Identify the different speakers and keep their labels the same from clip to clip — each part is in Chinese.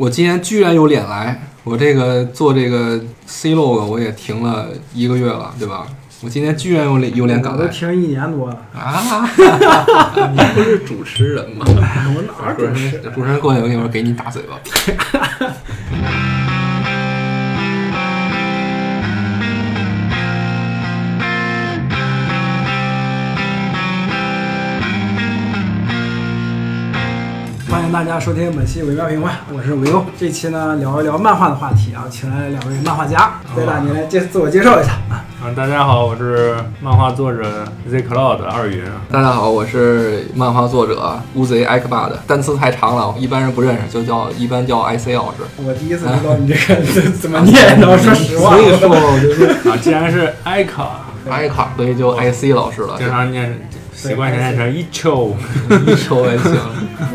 Speaker 1: 我今年居然有脸来，我这个做这个 C log 我也停了一个月了，对吧？我今年居然有脸有脸敢
Speaker 2: 我都
Speaker 1: 来
Speaker 2: 停一年多了，
Speaker 1: 啊！
Speaker 3: 你不是主持人吗？
Speaker 2: 我哪儿准时？
Speaker 1: 主持人过来，我一会儿给你打嘴巴。
Speaker 2: 欢迎大家收听本期维妙评话，我是维欧。这期呢聊一聊漫画的话题啊，请来了两位漫画家，
Speaker 1: 哦
Speaker 2: 对吧？你来介自我介绍一下啊。
Speaker 4: 嗯，大家好，我是漫画作者 Z Cloud 二云。啊
Speaker 1: 大家好，我是漫画作者乌贼艾克巴的，单词太长了，一般人不认识，就叫一般叫 IC 老师。
Speaker 2: 我第一次知道你这个怎 怎么念，然后说实话，
Speaker 1: 啊所以说我就是
Speaker 4: 啊，既然是 Ica，
Speaker 1: 艾卡，所以就 IC 老师了。
Speaker 2: 啊
Speaker 4: 经常念习惯性念成 Icho，
Speaker 1: 一说也行。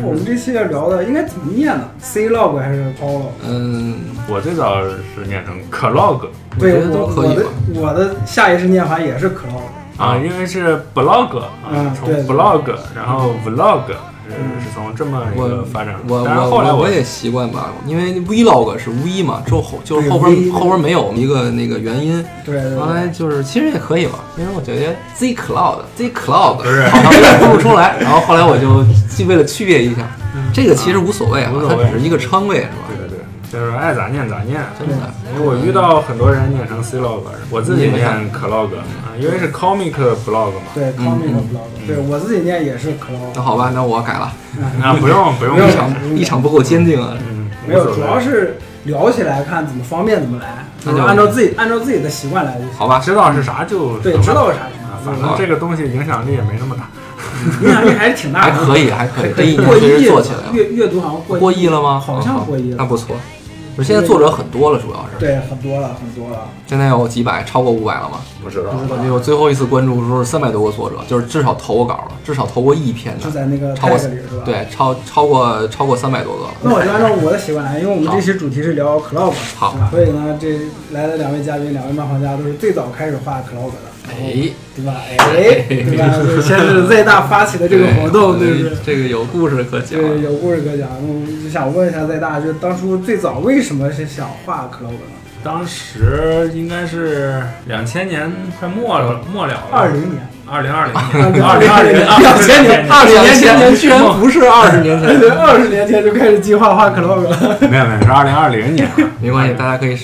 Speaker 2: 我们这期要聊的应该怎么念呢？C log 还是 O log？
Speaker 1: 嗯，
Speaker 4: 我最早是念成 Clog 啊
Speaker 1: 我觉
Speaker 2: 对，
Speaker 1: 得
Speaker 2: 我
Speaker 1: 都可
Speaker 2: 我
Speaker 1: 以
Speaker 2: 的
Speaker 1: 吧。
Speaker 2: 我的下意识念法也是 clog，
Speaker 4: 啊，因为是 blog
Speaker 2: 嗯
Speaker 4: 啊，从
Speaker 2: 对
Speaker 4: blog 然后 vlog
Speaker 2: 嗯
Speaker 4: 是是从这么一
Speaker 1: 我
Speaker 4: 个发展。
Speaker 1: 我
Speaker 4: 但是后来
Speaker 1: 我我也习惯吧，因为 vlog 是 v 嘛，之后就是后
Speaker 2: 对
Speaker 1: 边
Speaker 2: V
Speaker 1: 后边没有一个那个原因，
Speaker 2: 对对
Speaker 1: 后来
Speaker 2: 对，
Speaker 1: 就是其实也可以吧，因为我觉得 z cloud z cloud
Speaker 4: 不是
Speaker 1: 好像有点说不出来，然后后来我就为了区别一下，这个其实无所谓啊
Speaker 4: 嗯无，所
Speaker 1: 它
Speaker 4: 谓
Speaker 1: 只是一个称谓是吧？
Speaker 4: 对对对，就是爱咋念咋念。
Speaker 1: 真的，
Speaker 4: 因为我遇到很多人念成 Clog，我自己
Speaker 1: 你也
Speaker 4: 念
Speaker 1: 看
Speaker 4: Clog 啊，因为是 comic blog 嘛。
Speaker 2: 对 comic
Speaker 1: 嗯哦
Speaker 2: blog，对我自己念也是
Speaker 1: 那
Speaker 2: clog，
Speaker 1: 好吧，那我改了，
Speaker 4: 啊，不用不用
Speaker 2: 没有
Speaker 1: 一
Speaker 4: 想，
Speaker 1: 场一场不够坚定啊，
Speaker 4: 嗯，
Speaker 2: 没有，
Speaker 4: 无所
Speaker 2: 主
Speaker 4: 谓
Speaker 2: 要是聊起来看怎么方便怎么来，
Speaker 1: 那
Speaker 2: 就是
Speaker 1: 就
Speaker 2: 按照自己按照自己的习惯来就行。
Speaker 1: 好吧，
Speaker 4: 知道是啥就
Speaker 2: 对，
Speaker 4: 懂了
Speaker 2: 知道个啥嗯
Speaker 4: 啊，
Speaker 2: 什
Speaker 4: 反
Speaker 2: 么，
Speaker 4: 正这个东西影响力也没那么大。
Speaker 2: 影响力还是挺大
Speaker 1: 还
Speaker 2: 的。
Speaker 1: 可以还可以，这一
Speaker 2: 过
Speaker 1: 年确
Speaker 2: 亿
Speaker 1: 实
Speaker 2: 了
Speaker 1: 做起来了。
Speaker 2: 阅阅读好像
Speaker 1: 过
Speaker 2: 过
Speaker 1: 亿了吗？啊
Speaker 2: 好像过亿了
Speaker 1: 那不错。不是现在作者很多了，主要是
Speaker 2: 对，很多了，很多了。
Speaker 1: 现在有几百，超过五百了吗？
Speaker 3: 不知道
Speaker 2: 不知道
Speaker 1: 我记得我最后一次关注的时候是三百多个作者，就是至少投过稿了，至少投过一篇
Speaker 2: 就
Speaker 1: 的，
Speaker 2: 在那个
Speaker 1: 超过
Speaker 2: tag 里是吧？。
Speaker 1: 对，超超过超过三百多个了。
Speaker 2: 那我就按照我的习惯来，因为我们这期主题是聊 club，
Speaker 1: 好
Speaker 2: 是吧所以呢，这来的两位嘉宾，两位漫画家都是最早开始画 club 的，
Speaker 1: 哎，
Speaker 2: 对吧？哎，对 吧？就是先是 Z 大发起的这个活动，对不对？
Speaker 1: 哎这个有故事可讲
Speaker 2: 这。个有故事可讲，那我就想问一下 Z 大，就当初最早为什么是想画 club 呢？
Speaker 4: 当时应该是两千年快末了，末了了，
Speaker 2: 二零年，
Speaker 4: 二零二零
Speaker 2: 2020
Speaker 4: 年，二零二零
Speaker 2: 两千年
Speaker 1: 二十年前
Speaker 2: 2000
Speaker 1: 居然不是二十年前，
Speaker 2: 对， 二十年前就开始计划画 club 了。
Speaker 4: 没有没有是二零二零年，
Speaker 1: 没关系，大家可以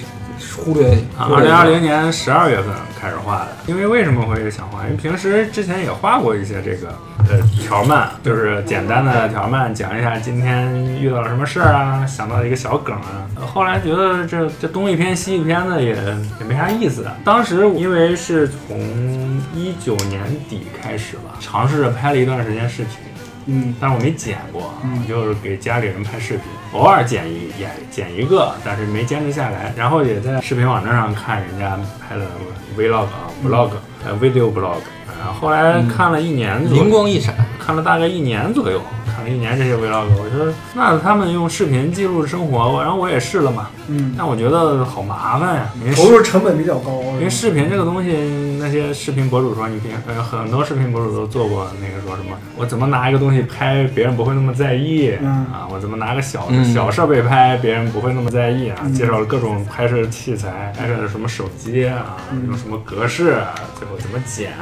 Speaker 1: 忽略。忽
Speaker 4: 二
Speaker 1: 略
Speaker 4: 零啊二零年十二月份开始画的。因为为什么会想画？因为平时之前也画过一些这个呃条漫，就是简单的条漫，讲一下今天遇到了什么事儿啊，想到一个小梗啊。呃后来觉得这这东一篇西一篇的也也没啥意思。啊当时因为是从一九年底开始吧，尝试着拍了一段时间视频。
Speaker 2: 嗯，
Speaker 4: 但是我没剪过，就是给家里人拍视频，偶尔剪一也剪一个，但是没坚持下来。然后也在视频网站上看人家拍的 vlog 啊 vlog 呃 video blog，然后后来看了一年左
Speaker 1: 灵
Speaker 4: 右，
Speaker 1: 光一闪，
Speaker 4: 看了大概一年左右，看了一年这些 vlog，我觉得那他们用视频记录生活，然后我也试了嘛，
Speaker 2: 嗯，
Speaker 4: 但我觉得好麻烦呀，因为
Speaker 2: 投入成本比较高，
Speaker 4: 因为视频这个东西，那些视频博主说，你平呃很多视频博主都做过那个说什么，我怎么拿一个东西拍，别人不会那么在意、
Speaker 2: 嗯
Speaker 4: 啊，我怎么拿个小、
Speaker 1: 嗯
Speaker 4: 小设备拍，别人不会那么在意啊，
Speaker 2: 嗯
Speaker 4: 介绍了各种拍摄器材，拍摄的什么手机啊，
Speaker 2: 嗯
Speaker 4: 用什么格式啊，最后怎么剪，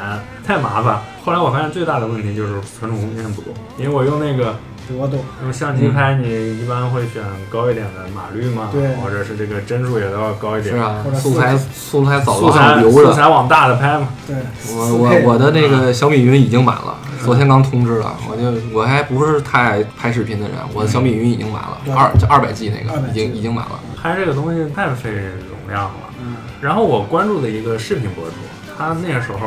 Speaker 4: 太麻烦。后来我发现最大的问题就是存储空间不够，因为我用那个
Speaker 2: 对我懂。
Speaker 4: 用
Speaker 1: 嗯
Speaker 4: 相机拍，你一般会选高一点的码率嘛，
Speaker 2: 对
Speaker 4: 或者是这个帧数也都要高一
Speaker 1: 是
Speaker 4: 点。
Speaker 1: 啊
Speaker 2: 或者，
Speaker 1: 素材素材早
Speaker 4: 素
Speaker 1: 都还
Speaker 4: 材
Speaker 1: 留
Speaker 4: 素
Speaker 1: 着。
Speaker 4: 材往大的拍嘛，
Speaker 2: 对，
Speaker 1: 我我我的那个小米云已经满了，昨天刚通知了。我就我还不是太爱拍视频的人，我的小米云已经满了，
Speaker 2: 对
Speaker 1: 二就二百 G 那个
Speaker 2: 200
Speaker 1: 已
Speaker 2: G
Speaker 1: 经已经满了。
Speaker 4: 拍这个东西太费容量了。
Speaker 2: 嗯
Speaker 4: 然后我关注的一个视频博主，他那个时候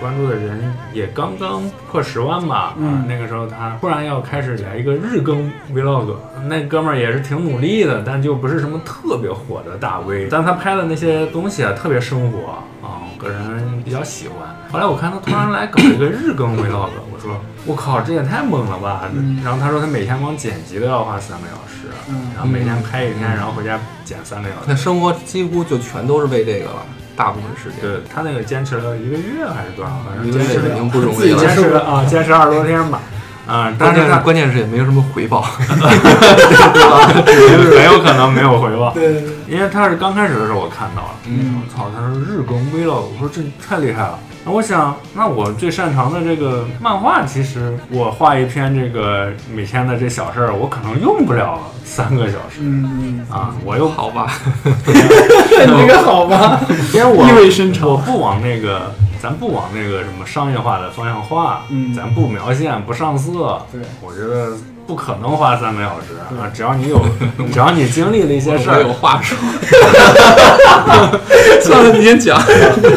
Speaker 4: 关注的人也刚刚破十万吧，
Speaker 2: 嗯
Speaker 4: 啊那个时候他突然要开始来一个日更 vlog，那哥们儿也是挺努力的，但就不是什么特别火的大 V，但他拍的那些东西啊特别生活啊，我个人比较喜欢。后来我看他突然来搞一个日更 vlog，我说我靠，这也太猛了吧！
Speaker 2: 嗯
Speaker 4: 然后他说他每天光剪辑都要花三个小时，
Speaker 2: 嗯
Speaker 4: 然后每天拍一天，然后回家剪三个小时。
Speaker 1: 那生活几乎就全都是为这个了，大部分时间。
Speaker 4: 对他那个坚持了一个月还是多少，反正
Speaker 1: 因为
Speaker 4: 坚持
Speaker 1: 已
Speaker 4: 了
Speaker 1: 经不容
Speaker 2: 自
Speaker 1: 易
Speaker 2: 己
Speaker 1: 了
Speaker 2: 坚
Speaker 4: 坚
Speaker 2: 持
Speaker 4: 持了啊，坚持二十多天吧。啊，但
Speaker 1: 关键
Speaker 4: 是
Speaker 1: 是
Speaker 4: 它
Speaker 1: 关键是也没有什么回报，
Speaker 4: 很有可能没有回报，
Speaker 2: 对，
Speaker 4: 因为他是刚开始的时候我看到了，
Speaker 1: 嗯
Speaker 4: 我操，他是日更 vlog，我说这太厉害了。那我想，那我最擅长的这个漫画，其实我画一篇这个每天的这小事儿，我可能用不了三个小时
Speaker 2: 嗯，
Speaker 4: 啊，我又
Speaker 1: 好吧？
Speaker 2: 这个好吧？
Speaker 4: 因为我
Speaker 2: 意味深长
Speaker 4: 我不往那个，咱不往那个什么商业化的方向画，
Speaker 2: 嗯
Speaker 4: 咱不描线，不上色，
Speaker 2: 对
Speaker 4: 我觉得不可能花三个小时啊，只要你 有，只要你经历了一些事
Speaker 1: 我
Speaker 4: 儿
Speaker 1: 有，话说，算了，你先讲，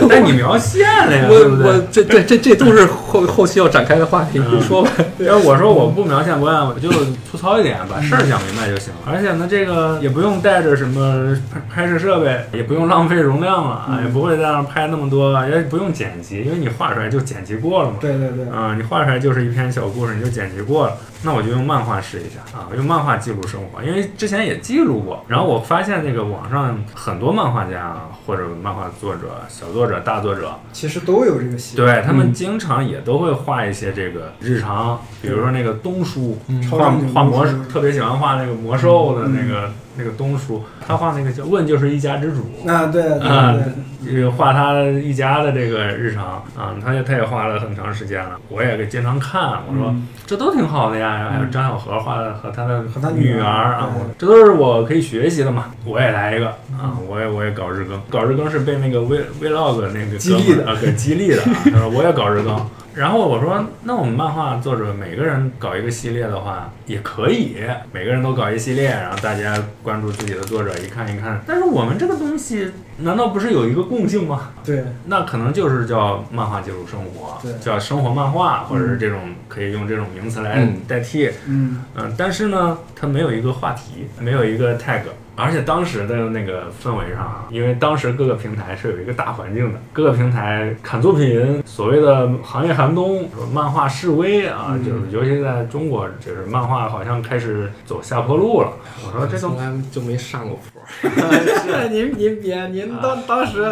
Speaker 4: 但你描线了呀，对
Speaker 1: 我
Speaker 4: 不
Speaker 1: 我
Speaker 4: 对？
Speaker 1: 这对这这都是后后期要展开的话题，你说吧。
Speaker 4: 因为我说我不描线不按，我就粗糙一点，把事儿讲明白就行了。而且呢，这个也不用带着什么拍拍摄设备，也不用浪费容量了，啊也不会在那儿拍那么多，啊也不用剪辑，因为你画出来就剪辑过了嘛。
Speaker 2: 对对对，
Speaker 4: 啊、你画出来就是一篇小故事，你就剪辑过了。那我就用漫画试一下啊，用漫画记录生活，因为之前也记录过。然后我发现这个网上很多漫画家啊或者漫画作者、小作者、大作者，
Speaker 2: 其实都有这个习惯，
Speaker 4: 对他们经常也都会画一些这个日常，比如说那个东叔，
Speaker 2: 嗯超
Speaker 4: 画
Speaker 2: 人这个
Speaker 4: 画魔
Speaker 2: 东嗯西
Speaker 4: 兽，特别喜欢画那个魔兽的那个、那个东叔，他画那个叫《问就是一家之主》。
Speaker 2: 啊，对嗯对
Speaker 4: 啊
Speaker 2: 对，
Speaker 4: 也画他一家的这个日常啊，他也他也画了很长时间了，我也给经常看。我说、
Speaker 2: 嗯
Speaker 4: 这都挺好的呀，还有
Speaker 2: 嗯
Speaker 4: 张小荷画的和他的
Speaker 2: 和他
Speaker 4: 女
Speaker 2: 女
Speaker 4: 儿
Speaker 2: 儿
Speaker 4: 啊，
Speaker 2: 对
Speaker 4: 我这都是我可以学习的嘛。我也来一个啊，我也我也搞日更，搞日更是被那个 V Vlog 那 个
Speaker 2: 激励的
Speaker 4: 哥们儿啊，给激励的啊。他说我也搞日更，然后我说那我们漫画作者每个人搞一个系列的话也可以，每个人都搞一系列，然后大家关注自己的作者一看一看。但是我们这个东西难道不是有一个共性吗？
Speaker 2: 对
Speaker 4: 那可能就是叫漫画记录生活
Speaker 2: 对，
Speaker 4: 叫生活漫画，或者是这种、可以用这种名词来
Speaker 1: 嗯
Speaker 4: 代替。
Speaker 2: 嗯，
Speaker 4: 嗯，但是呢，它没有一个话题，没有一个 tag，而且当时的那个氛围上啊，因为当时各个平台是有一个大环境的，各个平台砍作品，所谓的行业寒冬，说漫画示威啊，
Speaker 2: 嗯
Speaker 4: 就是尤其在中国，就是漫画好像开始走下坡路了。我 说这
Speaker 1: 从
Speaker 2: 嗯
Speaker 4: 种。
Speaker 1: 来就没上过坡，
Speaker 2: 您您别，您当当时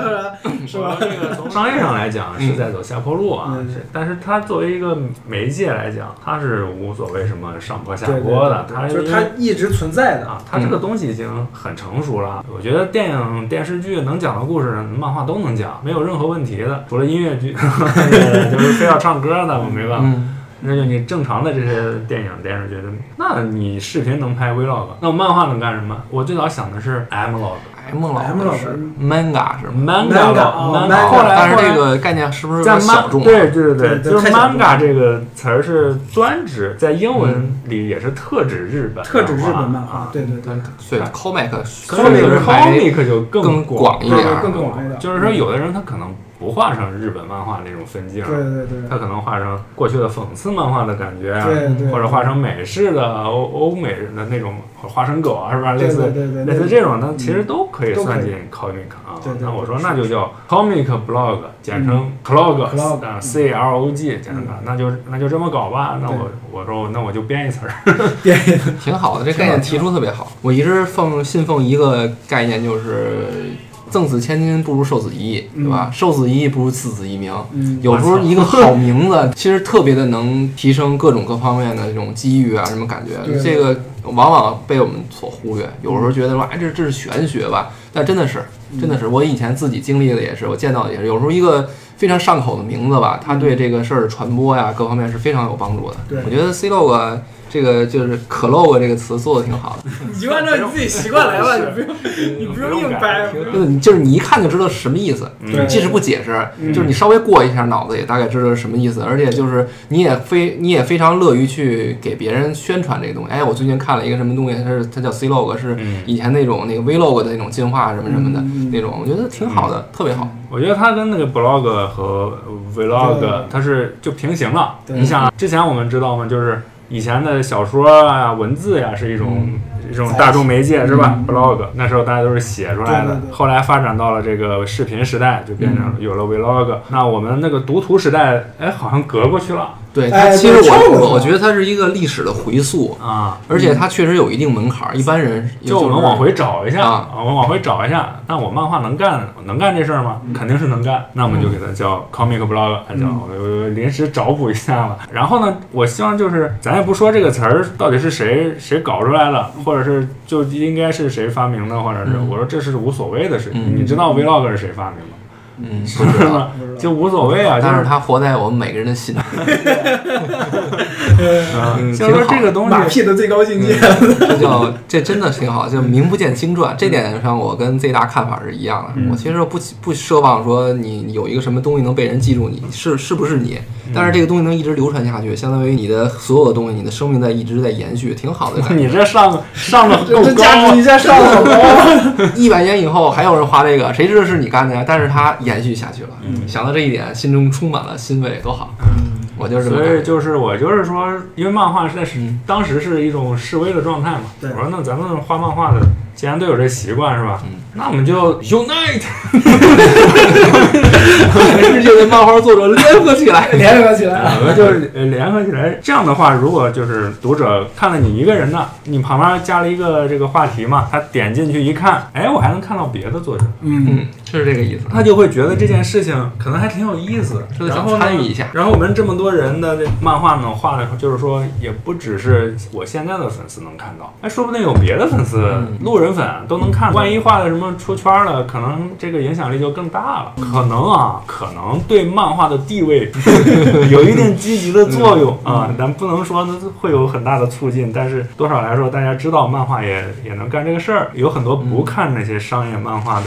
Speaker 2: 是
Speaker 4: 我
Speaker 2: 吧
Speaker 4: 说？这个从商业上来讲是在走下坡路啊，
Speaker 2: 嗯
Speaker 4: 是但是它作为一个媒介来讲，它是无所谓什么上坡下坡的，它
Speaker 2: 就是
Speaker 4: 因为
Speaker 2: 它一直存在的，
Speaker 4: 啊，它这个东西已经很成熟了。我觉得电影、电视剧能讲的故事，漫画都能讲，没有任何问题的。除了音乐剧， 就是非要唱歌的，我没办法。
Speaker 1: 嗯，
Speaker 4: 那就你正常的这些电影、电视剧的，那你视频能拍 vlog，那我漫画能干什么？我最早想的是 mlog、
Speaker 1: M 老
Speaker 2: M 老
Speaker 1: 是
Speaker 2: 师
Speaker 1: manga 是吗？
Speaker 4: manga
Speaker 2: 哦
Speaker 4: manga，后来
Speaker 1: 但是
Speaker 4: 后来
Speaker 1: 这个概念是不是有
Speaker 4: 在
Speaker 1: 点
Speaker 4: man
Speaker 1: 小众啊？
Speaker 4: 对对对
Speaker 2: 对对
Speaker 4: 就是
Speaker 2: 太小众了
Speaker 4: manga 这个词儿是专指，在英文里也是特指日本
Speaker 2: 嗯
Speaker 4: 漫画，
Speaker 2: 特指日本漫画
Speaker 4: 啊，
Speaker 2: 对对对
Speaker 1: 但，所以 comic
Speaker 4: 可
Speaker 1: 确实
Speaker 4: 是
Speaker 1: 还
Speaker 4: comic 就
Speaker 1: 更
Speaker 4: 广
Speaker 1: 广一
Speaker 2: 对
Speaker 1: 点
Speaker 2: 对
Speaker 1: 儿，
Speaker 2: 更广一点，嗯
Speaker 4: 就是说，有的人他可能不画成日本漫画那种分镜
Speaker 2: 对，对对
Speaker 4: 他可能画成过去的讽刺漫画的感觉啊，
Speaker 2: 对对，
Speaker 4: 或者画成美式的、欧欧美人的那种花生狗啊，是吧？
Speaker 2: 对对
Speaker 4: 类似
Speaker 2: 对对，嗯
Speaker 4: 类似这种，那其实都可以
Speaker 2: 都可以
Speaker 4: 算进 comic 啊
Speaker 2: 对。对
Speaker 4: 那我说
Speaker 2: 是嗯
Speaker 4: 那就叫 comic blog，简称 clog，
Speaker 2: clog，
Speaker 4: 啊
Speaker 2: 嗯
Speaker 4: ，c l o g，简称它
Speaker 2: 嗯
Speaker 4: 那就那就这么搞吧。那
Speaker 2: 对
Speaker 4: 我我说那我就编一词儿，
Speaker 1: 挺好的，这概念提出特别好。我一直奉信奉一个概念，就是赠子千金不如授子一亿，对吧？授子一亿不如赐子一名。
Speaker 2: 嗯
Speaker 1: 有时候一个好名字，其实特别的能提升各种各方面的这种机遇啊，什么感觉
Speaker 2: 对？
Speaker 1: 这个往往被我们所忽略。有时候觉得说，哎，这这是玄学吧？但真的是，
Speaker 2: 嗯
Speaker 1: 真的是，我以前自己经历的也是，我见到的也是。有时候一个非常上口的名字吧，它对这个事儿传播呀，各方面是非常有帮助的。
Speaker 2: 嗯对
Speaker 1: 我觉得 C log 啊这个就是可 log 这个词做的挺好的，
Speaker 2: 你就按照你自己习惯来吧，你不 用你不用硬掰，不用
Speaker 1: 就是你就是你一看就知道什么意思，
Speaker 2: 对
Speaker 1: 你即使不解释，
Speaker 2: 嗯
Speaker 1: 就是你稍微过一下脑子也大概知道什么意思，而且就是你也非你也非常乐于去给别人宣传这个东西。哎，我最近看了一个什么东西，它是它叫 C log，是
Speaker 4: 嗯
Speaker 1: 以前那种那个 vlog 的那种进化什么什么的
Speaker 2: 嗯嗯嗯嗯
Speaker 1: 那种，我觉得挺好
Speaker 4: 嗯
Speaker 1: 的，特别好。
Speaker 4: 我觉得它跟那个 blog 和
Speaker 2: 对
Speaker 4: vlog 它是就平行了。
Speaker 2: 对
Speaker 4: 你想，之前我们知道吗？就是以前的小说啊、文字呀、是一种、
Speaker 2: 嗯
Speaker 4: 一种大众媒介是吧、b l o g 那时候大家都是写出来的
Speaker 2: 对嗯对对
Speaker 4: 后来发展到了这个视频时代，就变成有了 vlog、那我们那个读图时代，哎，好像隔过去了。
Speaker 1: 对，
Speaker 2: 哎
Speaker 1: 它其实
Speaker 2: 对超嗯过
Speaker 1: 我
Speaker 2: 了
Speaker 1: 我觉得它是一个历史的回溯，
Speaker 4: 啊。
Speaker 1: 而且它确实有一定门槛儿，一般人也
Speaker 4: 就我们
Speaker 1: 是
Speaker 4: 往回找一下
Speaker 1: 啊，
Speaker 4: 我们往回找一下。那我漫画能干，能干这事儿吗？肯定是能干。那我们就给它叫 comic blog，还叫
Speaker 1: 嗯
Speaker 4: 我我临时找补一下吧。然后呢，我希望就是咱也不说这个词儿到底是谁谁搞出来的，或者是就应该是谁发明的，或者是
Speaker 1: 嗯
Speaker 4: 我说这是无所谓的事情。
Speaker 1: 嗯
Speaker 4: 你知道 vlog 是谁发明的吗？
Speaker 1: 嗯，
Speaker 4: 不 知道，就无所谓啊。
Speaker 1: 但
Speaker 4: 就是
Speaker 1: 它活在我们每个人的心里，
Speaker 4: 嗯
Speaker 1: 嗯
Speaker 4: 就是说
Speaker 1: 挺好
Speaker 4: 这个东
Speaker 2: 马
Speaker 4: 西，
Speaker 2: 屁的最高境界。
Speaker 1: 这叫这真的挺好，就名不见经传。这点上我跟 Z 大看法是一样的。
Speaker 4: 嗯
Speaker 1: 我其实不不奢望说你有一个什么东西能被人记住你，是是不是你，但是这个东西能一直流传下去，相当于你的所有的东西，你的生命在一直在延续，挺好的感觉。
Speaker 4: 你这上 上的够
Speaker 2: 这
Speaker 4: 高
Speaker 2: 价值
Speaker 4: 啊
Speaker 2: 一。下上了好 高，
Speaker 1: 一百年以后还有人画这个，谁知道是你干的呀？但是它延续下去了。
Speaker 4: 嗯
Speaker 1: 想到这一点，心中充满了欣慰，多好！我就是这么
Speaker 4: 所
Speaker 1: 感
Speaker 4: 以
Speaker 1: 觉。
Speaker 4: 就是我就是说，因为漫画是在是
Speaker 1: 嗯
Speaker 4: 当时是一种示威的状态嘛。
Speaker 2: 对
Speaker 4: 我说那咱们画漫画的，既然都有这习惯是吧？
Speaker 1: 嗯
Speaker 4: 那我们就 unite
Speaker 1: 全世界的漫画作者 联合起来，
Speaker 2: 联合起来。
Speaker 4: 我们就是呃联合起来。这样的话，如果就是读者看了你一个人的，你旁边加了一个这个话题嘛，他点进去一看，哎，我还能看到别的作者，
Speaker 2: 嗯，
Speaker 1: 嗯，是这个意思。
Speaker 4: 他就会觉得这件事情可能还挺有意思，
Speaker 1: 就是
Speaker 4: 然
Speaker 1: 想
Speaker 4: 后呢
Speaker 1: 参与一下
Speaker 4: 然后我们这么多人的这漫画呢，画的时候就是说，也不只是我现在的粉丝能看到，哎，说不定有别的粉丝、
Speaker 1: 嗯
Speaker 4: 路人粉都能看。万一画的什么出圈了，可能这个影响力就更大了。可能啊，可能对漫画的地 位 有一定积极的作用、
Speaker 1: 嗯
Speaker 4: 啊。咱不能说会有很大的促进，但是多少来说，大家知道漫画也也能干这个事儿。有很多
Speaker 1: 嗯
Speaker 4: 不看那些商业漫画的。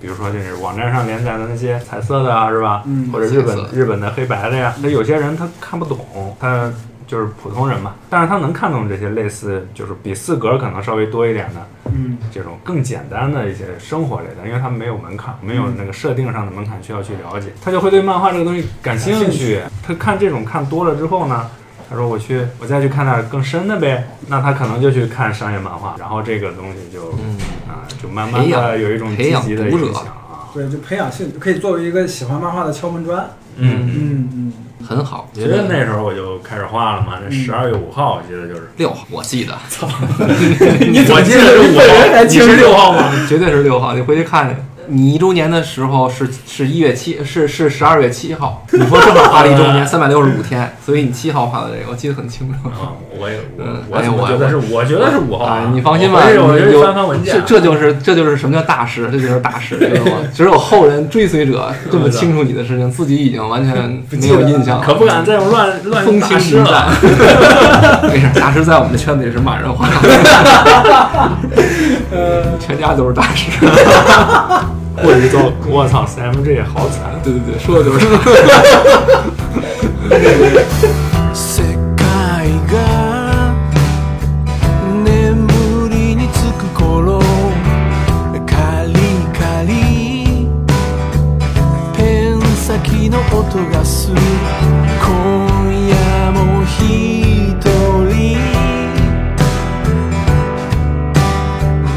Speaker 4: 比如说就是网站上连载的那些彩色的啊，是吧？
Speaker 2: 嗯
Speaker 4: 或者日本
Speaker 1: 彩色
Speaker 4: 日本的黑白的呀，那有些人他看不懂，他就是普通人嘛，但是他能看懂这些类似就是比四格可能稍微多一点的
Speaker 2: 嗯，
Speaker 4: 这种更简单的一些生活类的，因为他没有门槛，没有那个设定上的门槛需要去了解，他就会对漫画这个东西感兴
Speaker 2: 嗯
Speaker 4: 趣。
Speaker 2: 感兴趣
Speaker 4: 他看这种看多了之后呢？他说：“我去，我再去看点更深的呗。”那他可能就去看商业漫画，然后这个东西就
Speaker 1: 嗯，
Speaker 4: 啊，就慢慢的有一种积极的影响啊。
Speaker 2: 对，就培养兴趣，可以作为一个喜欢漫画的敲门砖。
Speaker 4: 嗯，
Speaker 2: 嗯嗯，
Speaker 1: 很好，
Speaker 4: 其实那时候我就开始画了嘛，那十二月五号我记得就是，
Speaker 1: 六号，我记得
Speaker 4: 我记得是五号，你是六号吗？
Speaker 1: 绝对是六号，你回去看。你一周年的时候是是一月七，是是十二月七号，你说正好画了一周 年，三百六十五天，所以你七号画的这个，我记得很清楚。
Speaker 4: 啊，我也我
Speaker 1: 嗯
Speaker 4: 我怎么
Speaker 1: 哎
Speaker 4: 觉
Speaker 1: 呦
Speaker 4: 得是？我觉得是五号
Speaker 1: 啊，你放心吧，
Speaker 4: 我回去我
Speaker 1: 你
Speaker 4: 就
Speaker 1: 有
Speaker 4: 翻翻文件啊
Speaker 1: 这。这就是这就是什么叫大师，这就是大师，知道吗？只有后人追随者这么清楚你的事情，自己已经完全没有印象了，
Speaker 4: 可不敢再乱 乱
Speaker 1: 风
Speaker 4: 大
Speaker 1: 轻
Speaker 4: 师
Speaker 1: 云
Speaker 4: 了。
Speaker 1: 淡。 没事，大师在我们的圈子里是骂人 话，
Speaker 2: 呃，
Speaker 1: 全家都是大师。
Speaker 4: 我一遭，我操，CMG 好惨。啊
Speaker 1: 对对对，说的就是。
Speaker 5: 世界が眠りにつく頃カリカリペン先の音がする今夜も一人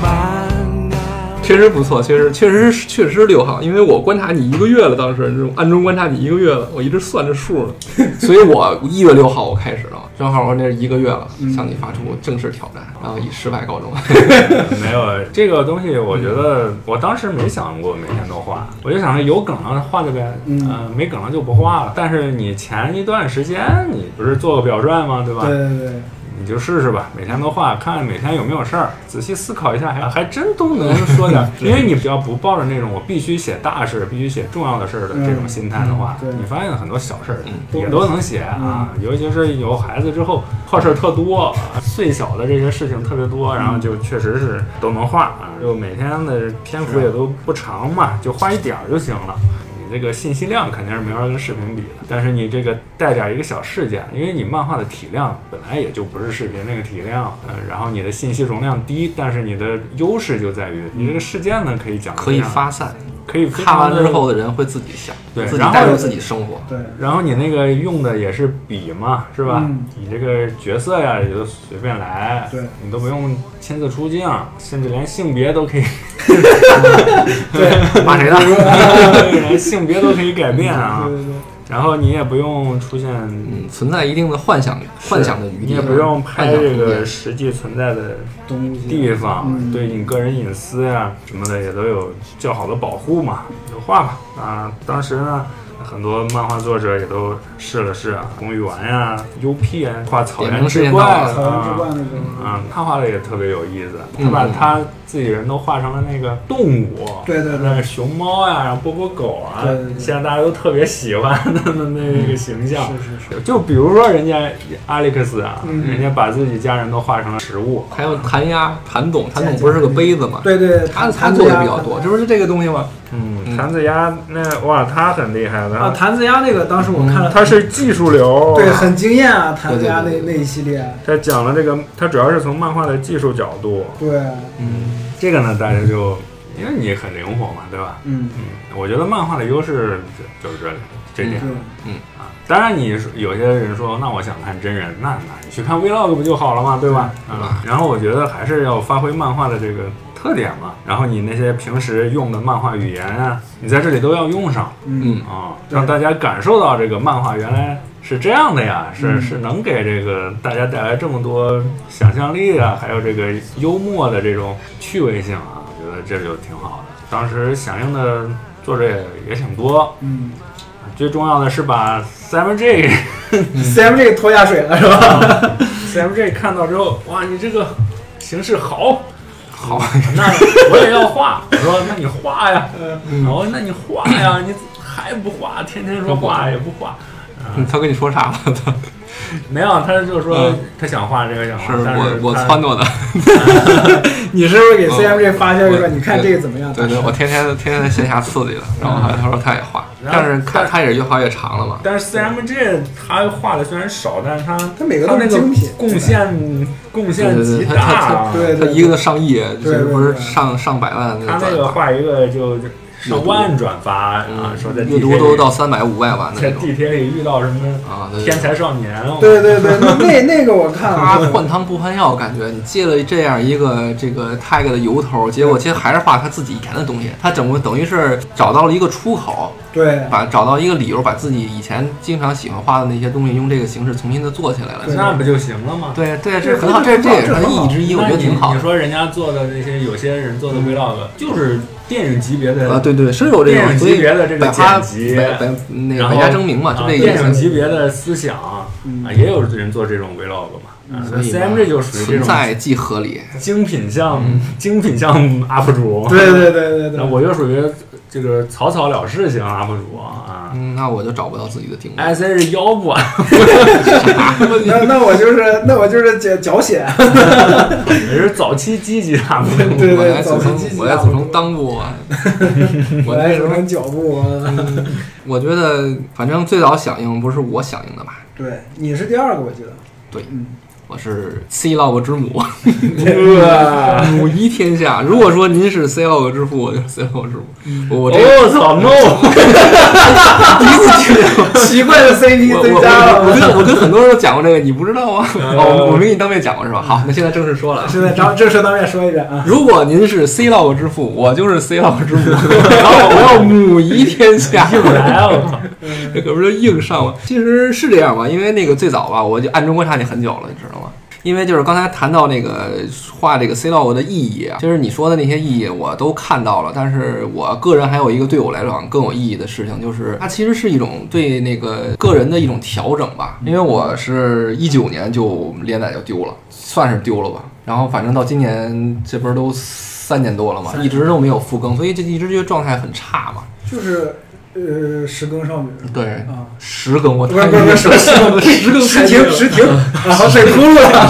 Speaker 5: 漫画
Speaker 1: 确实不错，确实确实是确实是六号，因为我观察你一个月了，当时这种暗中观察你一个月了，我一直算着 数呢，所以我一月六号我开始了，正好我那是一个月了，
Speaker 4: 嗯
Speaker 1: 向你发出正式挑战，
Speaker 4: 哦
Speaker 1: 然后以失败告终。
Speaker 4: 没有这个东西，我觉得
Speaker 2: 嗯
Speaker 4: 我当时没想过每天都画，我就想着有梗了画就呗，
Speaker 2: 嗯
Speaker 4: 呃，没梗了就不画了。但是你前一段时间你不是做个表率吗？对吧？
Speaker 2: 对对对，
Speaker 4: 你就试试吧，每天都画，看看每天有没有事儿，仔细思考一下，
Speaker 2: 啊
Speaker 4: 还还真都能 说点儿。因为你只要不抱着那种我必须写大事、必须写重要的事儿的这种心态的话，
Speaker 2: 嗯对
Speaker 4: 你发现很多小事儿
Speaker 2: 嗯
Speaker 4: 也都能写啊。尤其是有孩子之后，破事儿特多，啊碎小的这些事情特别
Speaker 1: 嗯
Speaker 4: 多，然后就确实是都能画啊。就每天的篇幅也都不长嘛，就画一点儿就行了。你这个信息量肯定是没法跟视频比的，但是你这个带点一个小事件，因为你漫画的体量本来也就不是视频那个体量，呃，然后你的信息容量低，但是你的优势就在于你这个事件呢可以 讲，
Speaker 1: 可以，发 散，
Speaker 4: 可以非常
Speaker 1: 看完之
Speaker 4: 地
Speaker 1: 后的人会自己想，
Speaker 4: 对
Speaker 1: 自己
Speaker 4: 然后
Speaker 1: 带入自己生活。
Speaker 2: 对，
Speaker 4: 然后你那个用的也是笔嘛，是吧？
Speaker 2: 嗯
Speaker 4: 你这个角色呀，也就随便来，
Speaker 2: 对
Speaker 4: 你都不用亲自出镜，甚至连性别 都可以，
Speaker 1: 骂谁呢？
Speaker 4: 连性别都可以改变啊啊
Speaker 2: 对。对对，
Speaker 4: 然后你也不用出现
Speaker 1: 嗯，存在一定的幻想幻想的余
Speaker 4: 你
Speaker 1: 地，
Speaker 4: 也不用拍
Speaker 1: 幻想
Speaker 4: 这
Speaker 1: 空
Speaker 4: 个
Speaker 1: 间
Speaker 4: 实际存在的
Speaker 2: 东西
Speaker 4: 地方，
Speaker 2: 嗯
Speaker 4: 对你个人隐私呀、什么的也都有较好的保护嘛，有画吧。啊，当时呢，很多漫画作者也都试了试啊，龚玉丸呀、UP 啊，画草
Speaker 1: 点
Speaker 4: 原
Speaker 1: 名事
Speaker 4: 之
Speaker 1: 件
Speaker 4: 怪
Speaker 1: 到
Speaker 4: 啊
Speaker 1: 了
Speaker 2: 草原之冠那种，
Speaker 4: 啊，他画的也特别有意思，他
Speaker 1: 嗯
Speaker 4: 把他自己人都画成了那个动物，
Speaker 2: 对对对
Speaker 4: 那个熊猫呀、然后波波狗啊
Speaker 2: 对对，对嗯
Speaker 4: 现在大家都特别喜欢他们的那个形象。
Speaker 2: 是是是，
Speaker 4: 就比如说人家阿历克斯啊，
Speaker 2: 嗯
Speaker 4: 人家把自己家人都画成了食物，
Speaker 1: 还有弹压谭董，谭董不是个杯子嘛？
Speaker 2: 对对，
Speaker 1: 他他
Speaker 2: 谭
Speaker 1: 做
Speaker 2: 子
Speaker 1: 的
Speaker 2: 鸭
Speaker 1: 比较多，这不是这个东西吗？
Speaker 4: 嗯，谭子牙那哇，他很厉害的，
Speaker 2: 啊，谭子鸭那个当时我看了，
Speaker 4: 他是技术流，
Speaker 2: 对很惊艳啊，谭子鸭那
Speaker 1: 对对
Speaker 2: 那一系列，
Speaker 4: 他讲了这个，他主要是从漫画的技术角度，
Speaker 2: 对，
Speaker 1: 嗯
Speaker 4: 这个呢，大家就因为你很灵活嘛，对吧？
Speaker 2: 嗯，
Speaker 4: 嗯，我觉得漫画的优势就就是这里这
Speaker 2: 对
Speaker 4: 点、啊。当然，你说有些人说，那我想看真人，那那你去看 vlog 不就好了嘛，对吧？啊，然后我觉得还是要发挥漫画的这个特点嘛，然后你那些平时用的漫画语言啊，你在这里都要用上。
Speaker 2: 嗯，
Speaker 4: 啊，
Speaker 2: 对
Speaker 4: 让大家感受到这个漫画原来是这样的呀，是、是能给这个大家带来这么多想象力啊，还有这个幽默的这种趣味性啊，我觉得这就挺好的。当时响应的作者也也挺多，
Speaker 2: 嗯
Speaker 4: 最重要的是把 Sam J
Speaker 2: ，CMG 拖下水了是吧？
Speaker 4: Sam J 看到之后，哇，你这个形式好。好，那我也要画。我说，那你画呀。我说，那你画呀，你还不画？天天嗯说画也不画。
Speaker 1: 嗯他跟你说啥了？
Speaker 4: 啊
Speaker 1: 他
Speaker 4: 没有，他就是说
Speaker 1: 嗯
Speaker 4: 他想画这个想
Speaker 1: 是
Speaker 4: 画，但
Speaker 1: 我
Speaker 4: 是
Speaker 1: 我
Speaker 4: 他
Speaker 1: 撺掇的，
Speaker 2: 你是不是给
Speaker 1: 嗯
Speaker 2: CMG 发消息说
Speaker 1: 我
Speaker 2: 你看这个怎么样？
Speaker 1: 对对，我天天天天在线下刺激的，然后还他说他也画，
Speaker 4: 嗯然后
Speaker 1: 但是看他也是越画越长了嘛。
Speaker 4: 但是 CMG 他画的虽然少，但是他
Speaker 2: 他每个都
Speaker 4: 他
Speaker 2: 是
Speaker 4: 那个
Speaker 2: 精品
Speaker 4: 贡献贡献
Speaker 1: 对对
Speaker 4: 极
Speaker 1: 对他
Speaker 4: 大啊，
Speaker 2: 对对
Speaker 1: 他
Speaker 2: 对，
Speaker 1: 一个都上亿，就
Speaker 2: 对
Speaker 1: 是
Speaker 2: 对
Speaker 1: 不是
Speaker 2: 对
Speaker 1: 上上百万
Speaker 4: 他
Speaker 1: 那
Speaker 4: 那个
Speaker 1: 种，
Speaker 4: 画一个就就上万转发啊，说在
Speaker 1: 阅
Speaker 4: 地
Speaker 1: 读
Speaker 4: 铁
Speaker 1: 都
Speaker 4: 里
Speaker 1: 到三百五百万的
Speaker 4: 在
Speaker 1: 那种
Speaker 4: 地铁里遇到什么
Speaker 1: 啊，对对
Speaker 4: 天
Speaker 1: 对
Speaker 4: 才少年，
Speaker 2: 对对对，那那那个我看
Speaker 1: 他
Speaker 2: 了，
Speaker 1: 换汤不换药，感觉你借了这样一个这个 tag 的由头，结果其实还是画他自己以前的东西。他整个等于是找到了一个出口，
Speaker 2: 对
Speaker 1: 把找到一个理由，把自己以前经常喜欢画的那些东西，用这个形式重新的做起来了。
Speaker 4: 那不就行了吗？
Speaker 1: 对对，
Speaker 2: 这
Speaker 1: 这很好，
Speaker 2: 这
Speaker 1: 这
Speaker 2: 这
Speaker 1: 这也是
Speaker 2: 这
Speaker 1: 他的
Speaker 2: 很
Speaker 1: 意
Speaker 2: 好
Speaker 1: 义之一，我觉得挺
Speaker 4: 那
Speaker 1: 好
Speaker 4: 你
Speaker 1: 的嗯
Speaker 4: 你。说人家做的那些，有些人做的 vlog 就是电影级别
Speaker 1: 啊，
Speaker 4: 的，
Speaker 1: 对对，是有这
Speaker 4: 电
Speaker 1: 种，
Speaker 4: 影
Speaker 1: 所
Speaker 4: 级
Speaker 1: 以
Speaker 4: 别的这个
Speaker 1: 百花
Speaker 4: 剪辑
Speaker 1: 百百那个
Speaker 4: 然
Speaker 1: 百
Speaker 4: 后
Speaker 1: 家争鸣嘛，就
Speaker 4: 啊
Speaker 1: 这
Speaker 4: 电
Speaker 1: 个
Speaker 4: 影
Speaker 1: 意思。
Speaker 4: 级别的思想啊，也有人做这种 vlog 嘛。啊
Speaker 1: 嗯所以嘛
Speaker 4: CMG 就属于这
Speaker 1: 存
Speaker 4: 种
Speaker 1: 在嗯即合理，
Speaker 4: 精品项精品项 UP 主，
Speaker 2: 对对对对
Speaker 4: 那
Speaker 2: 对，
Speaker 4: 我就属于这个草草了事型 UP 主啊。
Speaker 1: 嗯，那我就找不到自己的定位。
Speaker 4: IC 是腰部，
Speaker 2: 那那我就是那我就是脚脚血，
Speaker 4: 也是早期 积极 UP 主。
Speaker 2: 对
Speaker 1: 我
Speaker 2: 对，
Speaker 1: 来
Speaker 2: 早
Speaker 1: 组
Speaker 2: 晨积
Speaker 1: 成，
Speaker 2: 极
Speaker 1: 我来组成裆部 啊，
Speaker 2: 我
Speaker 1: 我
Speaker 2: 来
Speaker 1: 那
Speaker 2: 组
Speaker 1: 时候嗯
Speaker 2: 成脚步，
Speaker 1: 我觉得反正最早响应不是我响应的吧，
Speaker 2: 对，你是第二个我记得，
Speaker 1: 我是 C log 之母，
Speaker 4: 哇
Speaker 1: 母仪天下。如果说您是 C log 之父，我就是 C log 之母。
Speaker 4: 嗯
Speaker 1: 我我这
Speaker 4: 我操 no！
Speaker 2: 奇怪的
Speaker 1: 我
Speaker 2: CP
Speaker 1: 我
Speaker 2: 增
Speaker 1: 我
Speaker 2: 加
Speaker 1: 我
Speaker 2: 了。
Speaker 1: 跟我跟很多人都讲过这个，你不知道啊？哦，我没给你当面讲过是吧？好，那现在正式说了。啊
Speaker 2: 现在张正式当面说一遍啊，
Speaker 1: 如果您是 C log 之父，我就是 C log 之母，然后我要母仪天下。
Speaker 4: 硬来啊！我操，
Speaker 1: 这 可不是硬上吗？其实是这样吧，因为那个最早吧，我就暗中观察你很久了，你知道吗？因为就是刚才谈到那个画这个 C log 的意义啊，就是你说的那些意义我都看到了，但是我个人还有一个对我来讲更有意义的事情，就是它其实是一种对那个个人的一种调整吧。因为我是一九年就连载就丢了，算是丢了吧。然后反正到今年这不是都三年多了嘛，一直都没有复更，所以这一直觉得状态很差嘛。
Speaker 2: 就是呃石更少女
Speaker 1: 对，
Speaker 2: 啊，
Speaker 1: 十更我
Speaker 2: 不是不是不是什么石更
Speaker 1: 十更
Speaker 2: 石停石停，然后水窟窿，
Speaker 4: 刚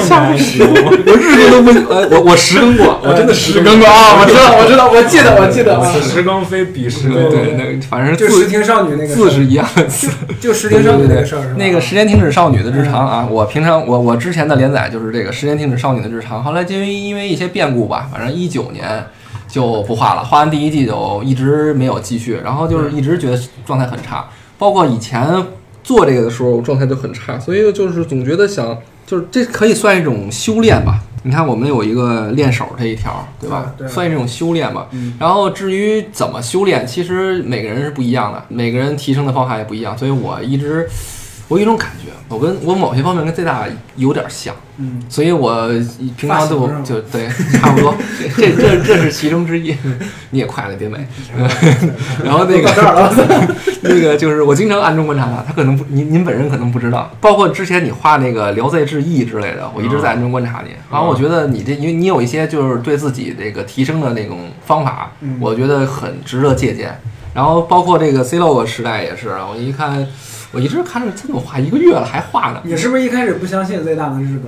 Speaker 4: 上来时
Speaker 1: 我日更都不行，呃，我我十更过，我真的十更过啊！
Speaker 2: 啊，
Speaker 1: 我
Speaker 2: 我
Speaker 1: 知
Speaker 2: 知
Speaker 1: 道，
Speaker 2: 道我知道我记得我记得啊
Speaker 4: 此，时刚非彼时
Speaker 1: 对
Speaker 4: 功。
Speaker 1: 对，那反正
Speaker 2: 就石
Speaker 1: 字
Speaker 2: 停少女那个事
Speaker 1: 字
Speaker 2: 儿
Speaker 1: 是一样的字。
Speaker 2: 就石
Speaker 1: 对
Speaker 2: 停
Speaker 1: 对
Speaker 2: 少女
Speaker 1: 对
Speaker 2: 那
Speaker 1: 对
Speaker 2: 个事儿是吧？
Speaker 1: 那个《时间停止少女的日常》啊，我平常我我之前的连载就是这个《时间停止少女的日常》，后来因为因为一些变故吧，反正一九年就不画了，画完第一季就一直没有继续，然后
Speaker 2: 嗯
Speaker 1: 就是一直觉得状态很差，包括以前做这个的时候状态就很差，所以就是总觉得想就是这可以算一种修炼吧，你看，我们有一个练手这一条，对吧？
Speaker 2: 啊对
Speaker 1: 算是一种修炼吧。
Speaker 2: 嗯
Speaker 1: 然后至于怎么修炼，其实每个人是不一样的，每个人提升的方法也不一样。所以我一直，我有一种感觉，我跟我某些方面跟 Z 大有点像，
Speaker 2: 嗯，
Speaker 1: 所以我平常对我
Speaker 2: 发型是
Speaker 1: 就对 差不多，这这这是其中之一。 你也快了，别美。 然后那个
Speaker 2: 嗯到这儿了，
Speaker 1: 那个就是我经常暗中观察他，他可能不，您您本人可能不知道，包括之前你画那个《聊斋志异》之类的，我一直在暗中观察你。
Speaker 2: 嗯
Speaker 1: 然后我觉得你这，因为你有一些就是对自己这个提升的那种方法
Speaker 2: 嗯，
Speaker 1: 我觉得很值得借鉴。然后包括这个 C log 时代也是，我一看，我一直看着他怎么画一个月了还画呢，
Speaker 2: 你是不是一开始不相信 Z 大能日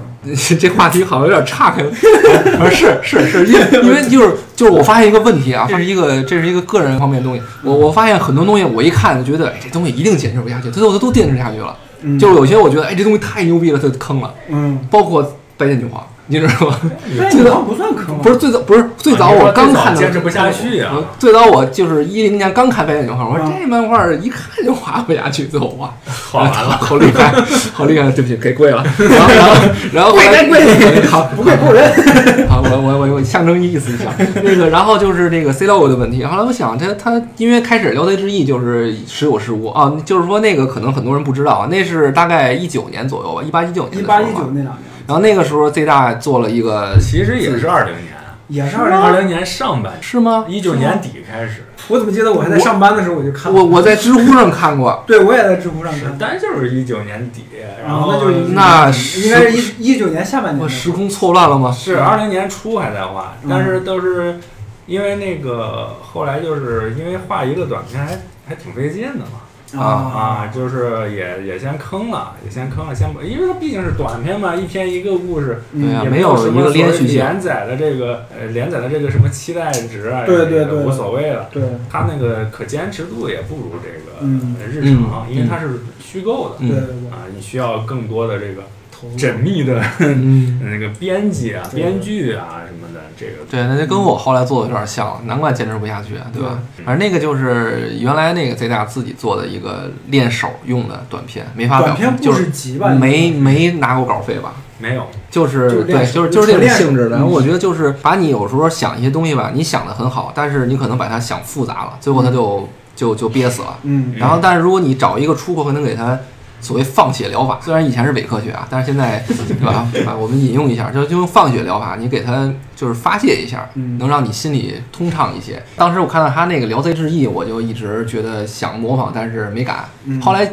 Speaker 2: 更？
Speaker 1: 这话题好像有点岔开了。 不是是是，因为 因为就是就是我发现一个问题啊，这是一个这是一个个人方面的东西。我我发现很多东西，我一看就觉得，哎，这东西一定坚持不下去，最后它都坚持下去了。
Speaker 2: 嗯
Speaker 1: 就是有些我觉得，哎，这东西太牛逼了，它就坑了。
Speaker 2: 嗯，
Speaker 1: 包括白剑女皇，你知道吗？
Speaker 2: 但你倒不算坑啊，
Speaker 1: 不是最早不是最早我刚看嗯
Speaker 4: 啊你说最早
Speaker 1: 的，
Speaker 4: 坚持不下去啊
Speaker 1: 我最早我就是一零年刚看白剑女皇，我说
Speaker 4: 嗯
Speaker 2: 啊
Speaker 1: 这漫画一看就画不下去，最后画。
Speaker 4: 好完 了，
Speaker 1: 好厉害，好厉害！对不起，给跪了。然后，然后，然后后来 跪，好，不跪不人。 好，我我我我象征意思一下。那个，然后就是这个 C logo 的问题。后来我想，他他因为开始《聊斋志异》就是时有时无啊，就是说那个可能很多人不知道啊，那是大概一九年左右吧，一八一九年
Speaker 2: 一
Speaker 1: 的时候
Speaker 2: 八
Speaker 1: 吧
Speaker 2: 一九那两年
Speaker 1: 然后那个时候 Z 大做了一个，
Speaker 4: 其实也是二零年，啊
Speaker 2: 也是二零
Speaker 4: 二
Speaker 2: 二零，
Speaker 4: 零年上半年，
Speaker 1: 是吗？
Speaker 4: 一九年底开始，
Speaker 2: 我怎么记得我还在上班的时候我就看了
Speaker 1: 我我在知乎上看过，
Speaker 2: 对我也在知乎上看，
Speaker 4: 但就是一九年底，然
Speaker 2: 啊
Speaker 4: 后
Speaker 2: 那就是一
Speaker 1: 哦那
Speaker 2: 应该是一一九年下半年
Speaker 1: 我
Speaker 2: 的
Speaker 1: 时空错乱了吗？
Speaker 4: 是二零年初还在画，
Speaker 1: 嗯
Speaker 4: 但是都是因为那个后来就是因为画一个短片还还挺费劲的嘛，
Speaker 2: 啊
Speaker 4: 啊，就是也也先坑了，也先坑了，先不，因为它毕竟是短片嘛，一篇一个故事，
Speaker 2: 嗯
Speaker 1: 对啊
Speaker 4: 也
Speaker 1: 没有
Speaker 4: 有什
Speaker 1: 一
Speaker 4: 么
Speaker 1: 个连续性
Speaker 4: 所谓连载的这个呃连载的这个什么期待值啊，
Speaker 2: 对对
Speaker 4: 也
Speaker 2: 对
Speaker 4: 无所谓了。
Speaker 2: 对，
Speaker 4: 它那个可坚持度也不如这个
Speaker 2: 嗯
Speaker 4: 呃日常，
Speaker 1: 嗯
Speaker 4: 因为它是虚构的、
Speaker 1: 嗯
Speaker 2: 对对对，
Speaker 4: 啊，你需要更多的这个
Speaker 2: 投入
Speaker 4: 缜密的
Speaker 1: 嗯。
Speaker 4: 那个编辑啊、
Speaker 2: 对
Speaker 4: 编剧啊什么的，这个
Speaker 1: 对，那就跟
Speaker 2: 嗯
Speaker 1: 我后来做的有点像，难怪坚持不下去，对吧？反正那个就是原来那个 Z 大自己做的一个练手用的短片，没发表
Speaker 2: 短，篇
Speaker 1: 就
Speaker 2: 故
Speaker 1: 是
Speaker 2: 事集吧，
Speaker 1: 没没拿过稿费吧？
Speaker 4: 没有。
Speaker 1: 就
Speaker 2: 就是
Speaker 1: 是
Speaker 2: 练
Speaker 1: 对，
Speaker 2: 手
Speaker 1: 就是就是
Speaker 2: 就纯
Speaker 1: 这种
Speaker 2: 练手
Speaker 1: 性质的。然后
Speaker 2: 嗯
Speaker 1: 我觉得就是把你有时候想一些东西吧，你想的很好，但是你可能把它想复杂了，最后它就就就憋死了。
Speaker 2: 嗯，
Speaker 1: 然后，但是如果你找一个出口，可能给它所谓放血疗法，虽然以前是伪科学啊，但是现 在对吧？对吧？我们引用一下，就就用放血疗法，你给它就是发泄一下，
Speaker 2: 嗯
Speaker 1: 能让你心里通畅一些。当时我看到他那个《聊斋志异》，我就一直觉得想模仿，但是没敢。
Speaker 2: 嗯
Speaker 1: 后来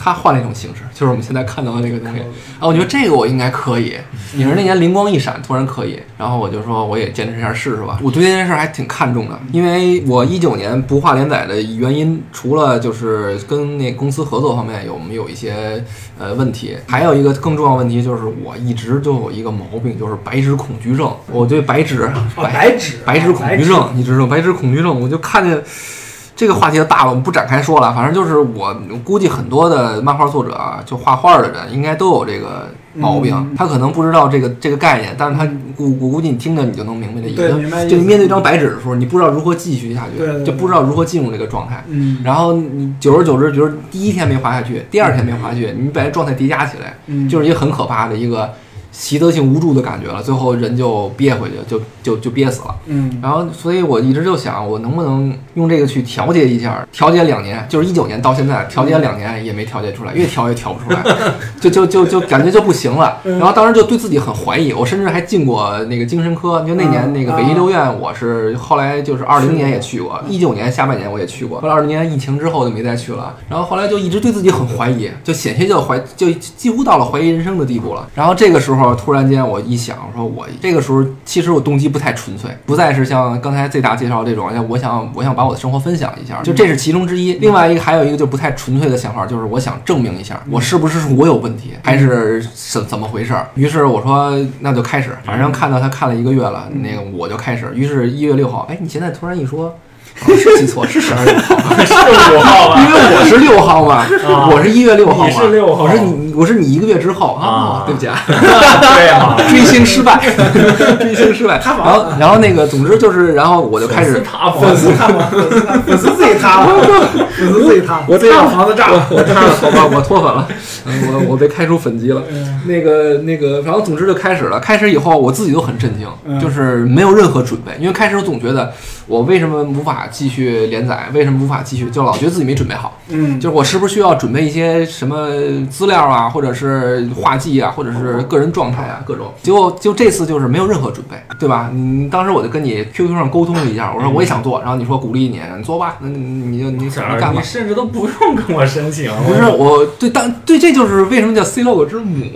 Speaker 1: 他换了一种形式，就是我们现在看到的这个东
Speaker 2: 嗯
Speaker 1: 西。啊，我觉得这个我应该可以。也是那年灵光一闪，突然可以，然后我就说我也坚持一下试试吧。我对这件事还挺看重的，因为我一九年不画连载的原因，除了就是跟那公司合作方面有我们有一些呃问题，还有一个更重要的问题就是我一直都有一个毛病，就是白纸恐惧症。我对白纸
Speaker 2: 哦白纸啊
Speaker 1: 白纸恐惧症，你知道吗白纸恐惧症，我就看见这个话题大了，我们不展开说了。反正就是我估计很多的漫画作者啊，就画画的人应该都有这个毛病，
Speaker 2: 嗯
Speaker 1: 他可能不知道这个这个概念，但是他估我估计你听着你就能明白这意
Speaker 2: 对
Speaker 1: 思。
Speaker 2: 明白意思
Speaker 1: 就你面对一张白纸的时候，你不知道如何继续下去，
Speaker 2: 对对对
Speaker 1: 就不知道如何进入这个状态。
Speaker 2: 嗯
Speaker 1: 然后你久而久之，比如第一天没滑下去，第二天没滑下去，你把这状态叠加起来，
Speaker 2: 嗯
Speaker 1: 就是一个很可怕的一个习得性无助的感觉了。最后人就憋回去，就就就憋死了。
Speaker 2: 嗯
Speaker 1: 然后，所以我一直就想，我能不能用这个去调节一下？调节两年，就是一九年到现在，调节两年也没调节出 来，越调越调不出来，就就就就感觉就不行了。
Speaker 2: 嗯
Speaker 1: 然后当时就对自己很怀疑，我甚至还进过那个精神科，就那
Speaker 2: 啊
Speaker 1: 年那个北
Speaker 2: 啊
Speaker 1: 医六院，我是后来就是二
Speaker 2: 是
Speaker 1: 零
Speaker 2: 吗
Speaker 1: 年也去过，一九年下半年我也去过，后来二零年疫情之后就没再去了。然后后来就一直对自己很怀疑，就险些就怀就几乎到了怀疑人生的地步了。然后这个时候突然间我一想，我说我这个时候其实我动机不太纯粹，不再是像刚才 Z 大介绍这种，哎我想我想把我的生活分享一下，就这是其中之一。另外一个还有一个就不太纯粹的想法，就是我想证明一下我是不是我有问题，还是怎怎么回事儿。于是我说那就开始，反正看到他看了一个月了，那个我就开始。于是，一月六号，哎，你现在突然一说。哦是记错，是十二月六号，啊
Speaker 4: 是五号
Speaker 1: 因
Speaker 4: 吧？
Speaker 1: 为我是六号嘛，我是一月六号嘛，
Speaker 4: 你是六号
Speaker 1: 我是你，我是你一个月之后
Speaker 4: 啊
Speaker 1: 对不起啊，
Speaker 4: 对呀，
Speaker 1: 追星失败， 追星失败。然后，然后那个，总之就是，然后我就开始，
Speaker 4: 塌
Speaker 2: 粉丝塌房，粉丝自己 塌了，粉丝自己塌了，
Speaker 1: 我这样
Speaker 2: 塌房子炸了。
Speaker 1: 我看好吧，我脱粉了，嗯我我被开除粉籍了。
Speaker 2: 嗯
Speaker 1: 那个那个，然后总之就开始了。开始以后，我自己都很震惊，
Speaker 2: 嗯
Speaker 1: 就是没有任何准备，因为开始我总觉得我为什么无法继续连载，为什么无法继续，就老觉得自己没准备好。
Speaker 2: 嗯，
Speaker 1: 就是我是不是需要准备一些什么资料啊，或者是画技啊，或者是个人状态啊，各种。结果就这次就是没有任何准备，对吧？你当时我就跟你 QQ 上沟通了一下，我说我也想做，然后你说鼓励你，你做吧，那你你就你想着干吧
Speaker 4: 你。甚至都不用跟我申请，
Speaker 1: 不是我对当对这就是为什么叫 C logo 之母，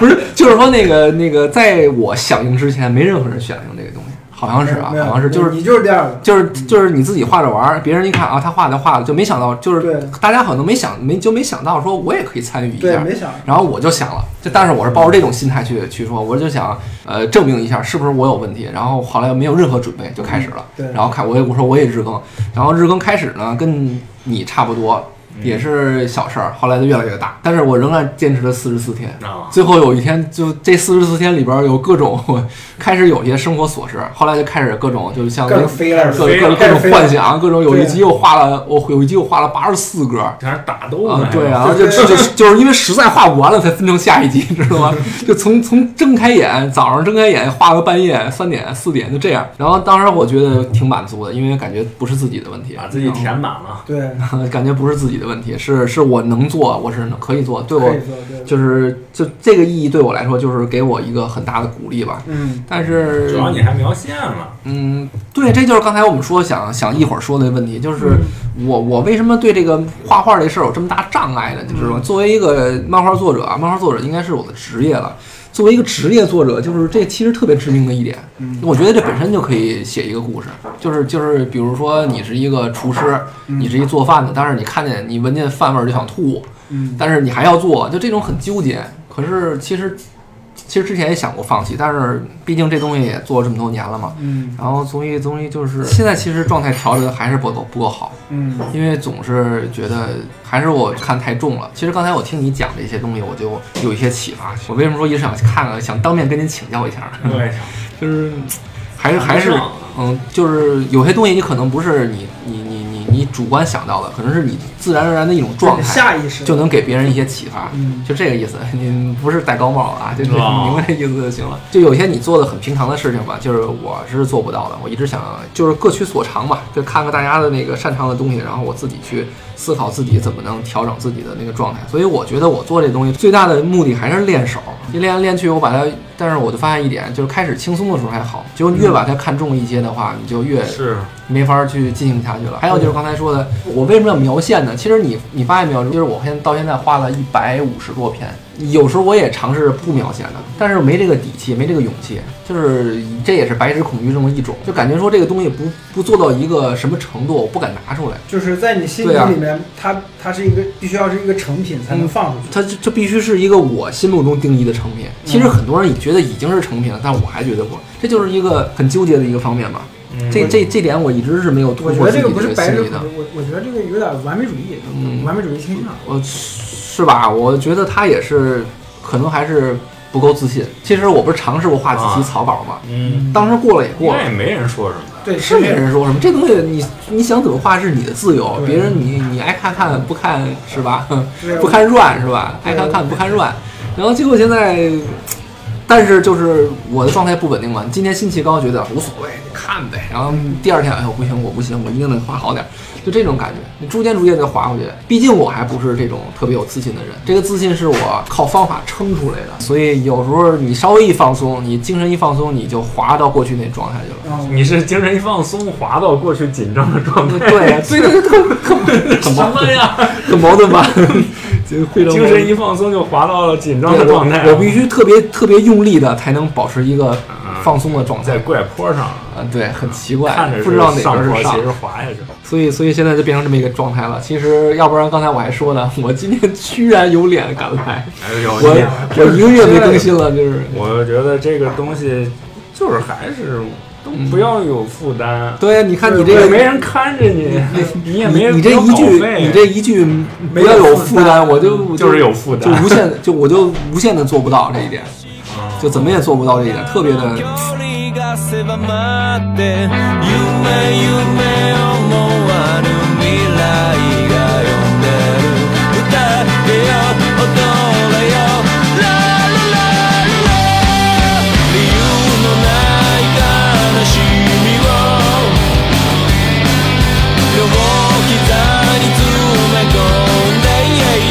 Speaker 1: 不是就是说那个那个，在我响应之前，没任何人响应这个东西，好像是啊，
Speaker 2: 没有
Speaker 1: 好像是就是
Speaker 2: 你就是这样的，
Speaker 1: 就是就是你自己画着玩儿，别人一看啊，他画的画的，就没想到，就是
Speaker 2: 对
Speaker 1: 大家可能没想没就没想到说我也可以参与一
Speaker 2: 对，
Speaker 1: 下，啊
Speaker 2: 没想
Speaker 1: 然后我就想了，就但是我是抱着这种心态去去说，我就想呃证明一下是不是我有问题，然后后来没有任何准备就开始了，
Speaker 2: 嗯对
Speaker 1: 然后看我也我说我也日更，然后日更开始呢跟你差不多，
Speaker 4: 嗯
Speaker 1: 也是小事儿，后来就越来越大，但是我仍然坚持了四十四天，
Speaker 4: 啊，
Speaker 1: 最后有一天，就这四十四天里边儿有各种， 我开始有些生活琐事，后来就开始各种，就是像
Speaker 2: 各种飞了
Speaker 1: 各
Speaker 4: 飞
Speaker 1: 各各种
Speaker 4: 了
Speaker 2: 开始飞了
Speaker 1: 幻想，各种有一
Speaker 2: 对
Speaker 1: 集我画了，我有一集我画了八十四格儿。
Speaker 4: 全是打斗
Speaker 1: 啊
Speaker 4: 呢，，
Speaker 1: 对啊，然后就
Speaker 2: 对
Speaker 1: 就就是就是因为实在画不完了，才分成下一集，知道吗？就从从睁开眼，早上睁开眼画到半夜三点四点，就这样。然后当时我觉得挺满足的，因为感觉不是自己的问题，
Speaker 4: 把自己填满了。
Speaker 2: 对，
Speaker 1: 感觉不是自己的问题，是是我能做，我是可以做，对我
Speaker 2: 可以做对，
Speaker 1: 就是就这个意义对我来说，就是给我一个很大的鼓励吧。
Speaker 2: 嗯，
Speaker 1: 但是
Speaker 4: 主，要你还描线了，
Speaker 1: 嗯，对，这就是刚才我们说想想一会儿说的问题，就是
Speaker 2: 嗯
Speaker 1: 我我为什么对这个画画这事儿有这么大障碍呢？就是
Speaker 2: 嗯
Speaker 1: 说，作为一个漫画作者啊，漫画作者应该是我的职业了。作为一个职业作者，就是这其实特别致命的一点。
Speaker 2: 嗯
Speaker 1: 我觉得这本身就可以写一个故事，就是就是，比如说你是一个厨师，你是一做饭的，但是你看见你闻见饭味儿就想吐，
Speaker 2: 嗯，
Speaker 1: 但是你还要做，就这种很纠结。可是其实，其实之前也想过放弃，但是毕竟这东西也做了这么多年了嘛。
Speaker 2: 嗯，
Speaker 1: 然后综艺综艺就是现在其实状态调整的还是不够不够好，
Speaker 2: 嗯，
Speaker 1: 因为总是觉得还是我看太重了。其实刚才我听你讲这些东西，我就有一些启发。我为什么说一直想看看，想当面跟您请教一下？
Speaker 4: 对，
Speaker 1: 就是还是还是
Speaker 4: 上
Speaker 1: 嗯，就是有些东西你可能不是你你你你你主观想到的，可能是你自然而然的一种状
Speaker 2: 这是
Speaker 1: 态。
Speaker 2: 下意识
Speaker 1: 就能给别人一些启发，
Speaker 2: 嗯
Speaker 1: 就这个意思。 你不是戴高帽了啊，就是你
Speaker 4: 哦
Speaker 1: 明白这意思就行了。就有些你做的很平常的事情吧，就是我是做不到的。我一直想就是各取所长吧，就看看大家的那个擅长的东西，然后我自己去思考自己怎么能调整自己的那个状态。所以我觉得我做这东西最大的目的还是练手，一练来练去，我把它。但是我就发现一点，就是开始轻松的时候还好，结果越把它看重一些的话，你就越
Speaker 4: 是
Speaker 1: 没法去进行下去了。还有就是刚才说的，我为什么要描线呢？其实你你发现没有，就是我现在到现在画了一百五十多篇，有时候我也尝试不描线的，但是没这个底气，没这个勇气，就是这也是白纸恐惧症的一种，就感觉说这个东西不不做到一个什么程度，我不敢拿出来。
Speaker 2: 就是在你心里
Speaker 1: 对啊嗯
Speaker 2: 里面，它它是一个必须要是一个成品才能放出去。
Speaker 1: 它这这必须是一个我心目中定义的成品。其实很多人也觉得已经是成品了，但我还觉得不，这就是一个很纠结的一个方面吧。
Speaker 4: 嗯
Speaker 1: 这这这点我一直是没有突
Speaker 2: 嗯我觉
Speaker 1: 破
Speaker 2: 得
Speaker 1: 自己的
Speaker 2: 这个不是白
Speaker 1: 心
Speaker 2: 日
Speaker 1: 理的
Speaker 2: 恐。惧，我我觉得这个有点完美主义，
Speaker 1: 嗯
Speaker 2: 完美主义倾向。
Speaker 1: 我是吧？我觉得他也是，可能还是不够自信。其实我不是尝试过画几期
Speaker 4: 啊
Speaker 1: 草稿吗？
Speaker 4: 嗯，
Speaker 1: 当时过了也
Speaker 4: 应
Speaker 1: 过
Speaker 4: 该也
Speaker 1: 了，
Speaker 4: 没人说什么。
Speaker 2: 对，
Speaker 1: 是没人说什么。这东西你你想怎么画是你的自由，
Speaker 2: 对
Speaker 1: 别人你你爱看看不看是吧？
Speaker 2: 对
Speaker 1: 不看乱是吧？爱
Speaker 2: 对
Speaker 1: 看看不看乱。然后结果现在，但是就是我的状态不稳定嘛。今天心情高，觉得无所谓，看呗。然后第二天，哎呦不行，我不行，我一定得画好点儿，就这种感觉。你逐渐逐渐的滑过去，毕竟我还不是这种特别有自信的人，这个自信是我靠方法撑出来的。所以有时候你稍微一放松，你精神一放松，你就滑到过去那状态去了。
Speaker 2: 啊，
Speaker 4: 你是精神一放松，滑到过去紧张的状态，
Speaker 1: 对，所以这个很
Speaker 4: 什
Speaker 1: 很矛
Speaker 4: 么呀？
Speaker 1: 很矛盾吧？就非常矛
Speaker 4: 精
Speaker 1: 盾
Speaker 4: 神一放松就滑到了紧张
Speaker 1: 对
Speaker 4: 的状态。
Speaker 1: 我我必须特别特别用力的才能保持一个
Speaker 4: 啊
Speaker 1: 放松的状态
Speaker 4: 在。怪坡上，
Speaker 1: 啊，对，很奇怪
Speaker 4: 看着，
Speaker 1: 不知道哪
Speaker 4: 上
Speaker 1: 边
Speaker 4: 坡，
Speaker 1: 是
Speaker 4: 其
Speaker 1: 上，
Speaker 4: 实滑下去了。
Speaker 1: 所以所以现在就变成这么一个状态了。其实要不然刚才我还说呢，我今天居然有脸敢来，
Speaker 4: 哎呦，
Speaker 1: 我我一个月没更新了，就是
Speaker 4: 我觉得这个东西就是还是都不要有负担。
Speaker 2: 对，你看你这
Speaker 4: 对
Speaker 2: 个
Speaker 4: 没人看着你，你也没
Speaker 1: 你这一句
Speaker 4: 没有稿，费
Speaker 1: 你这一句不要有负担，我就我
Speaker 4: 嗯就是有负
Speaker 1: 就
Speaker 4: 担。哦
Speaker 1: 无限，就我就无限的做不到这一点，就怎么也做不到这一点，特别的
Speaker 5: 距離が狭まって夢夢思わぬ未来が呼んでる歌ってよ踊れよララララ理由のない悲しみを両膝に詰め込んで yeah,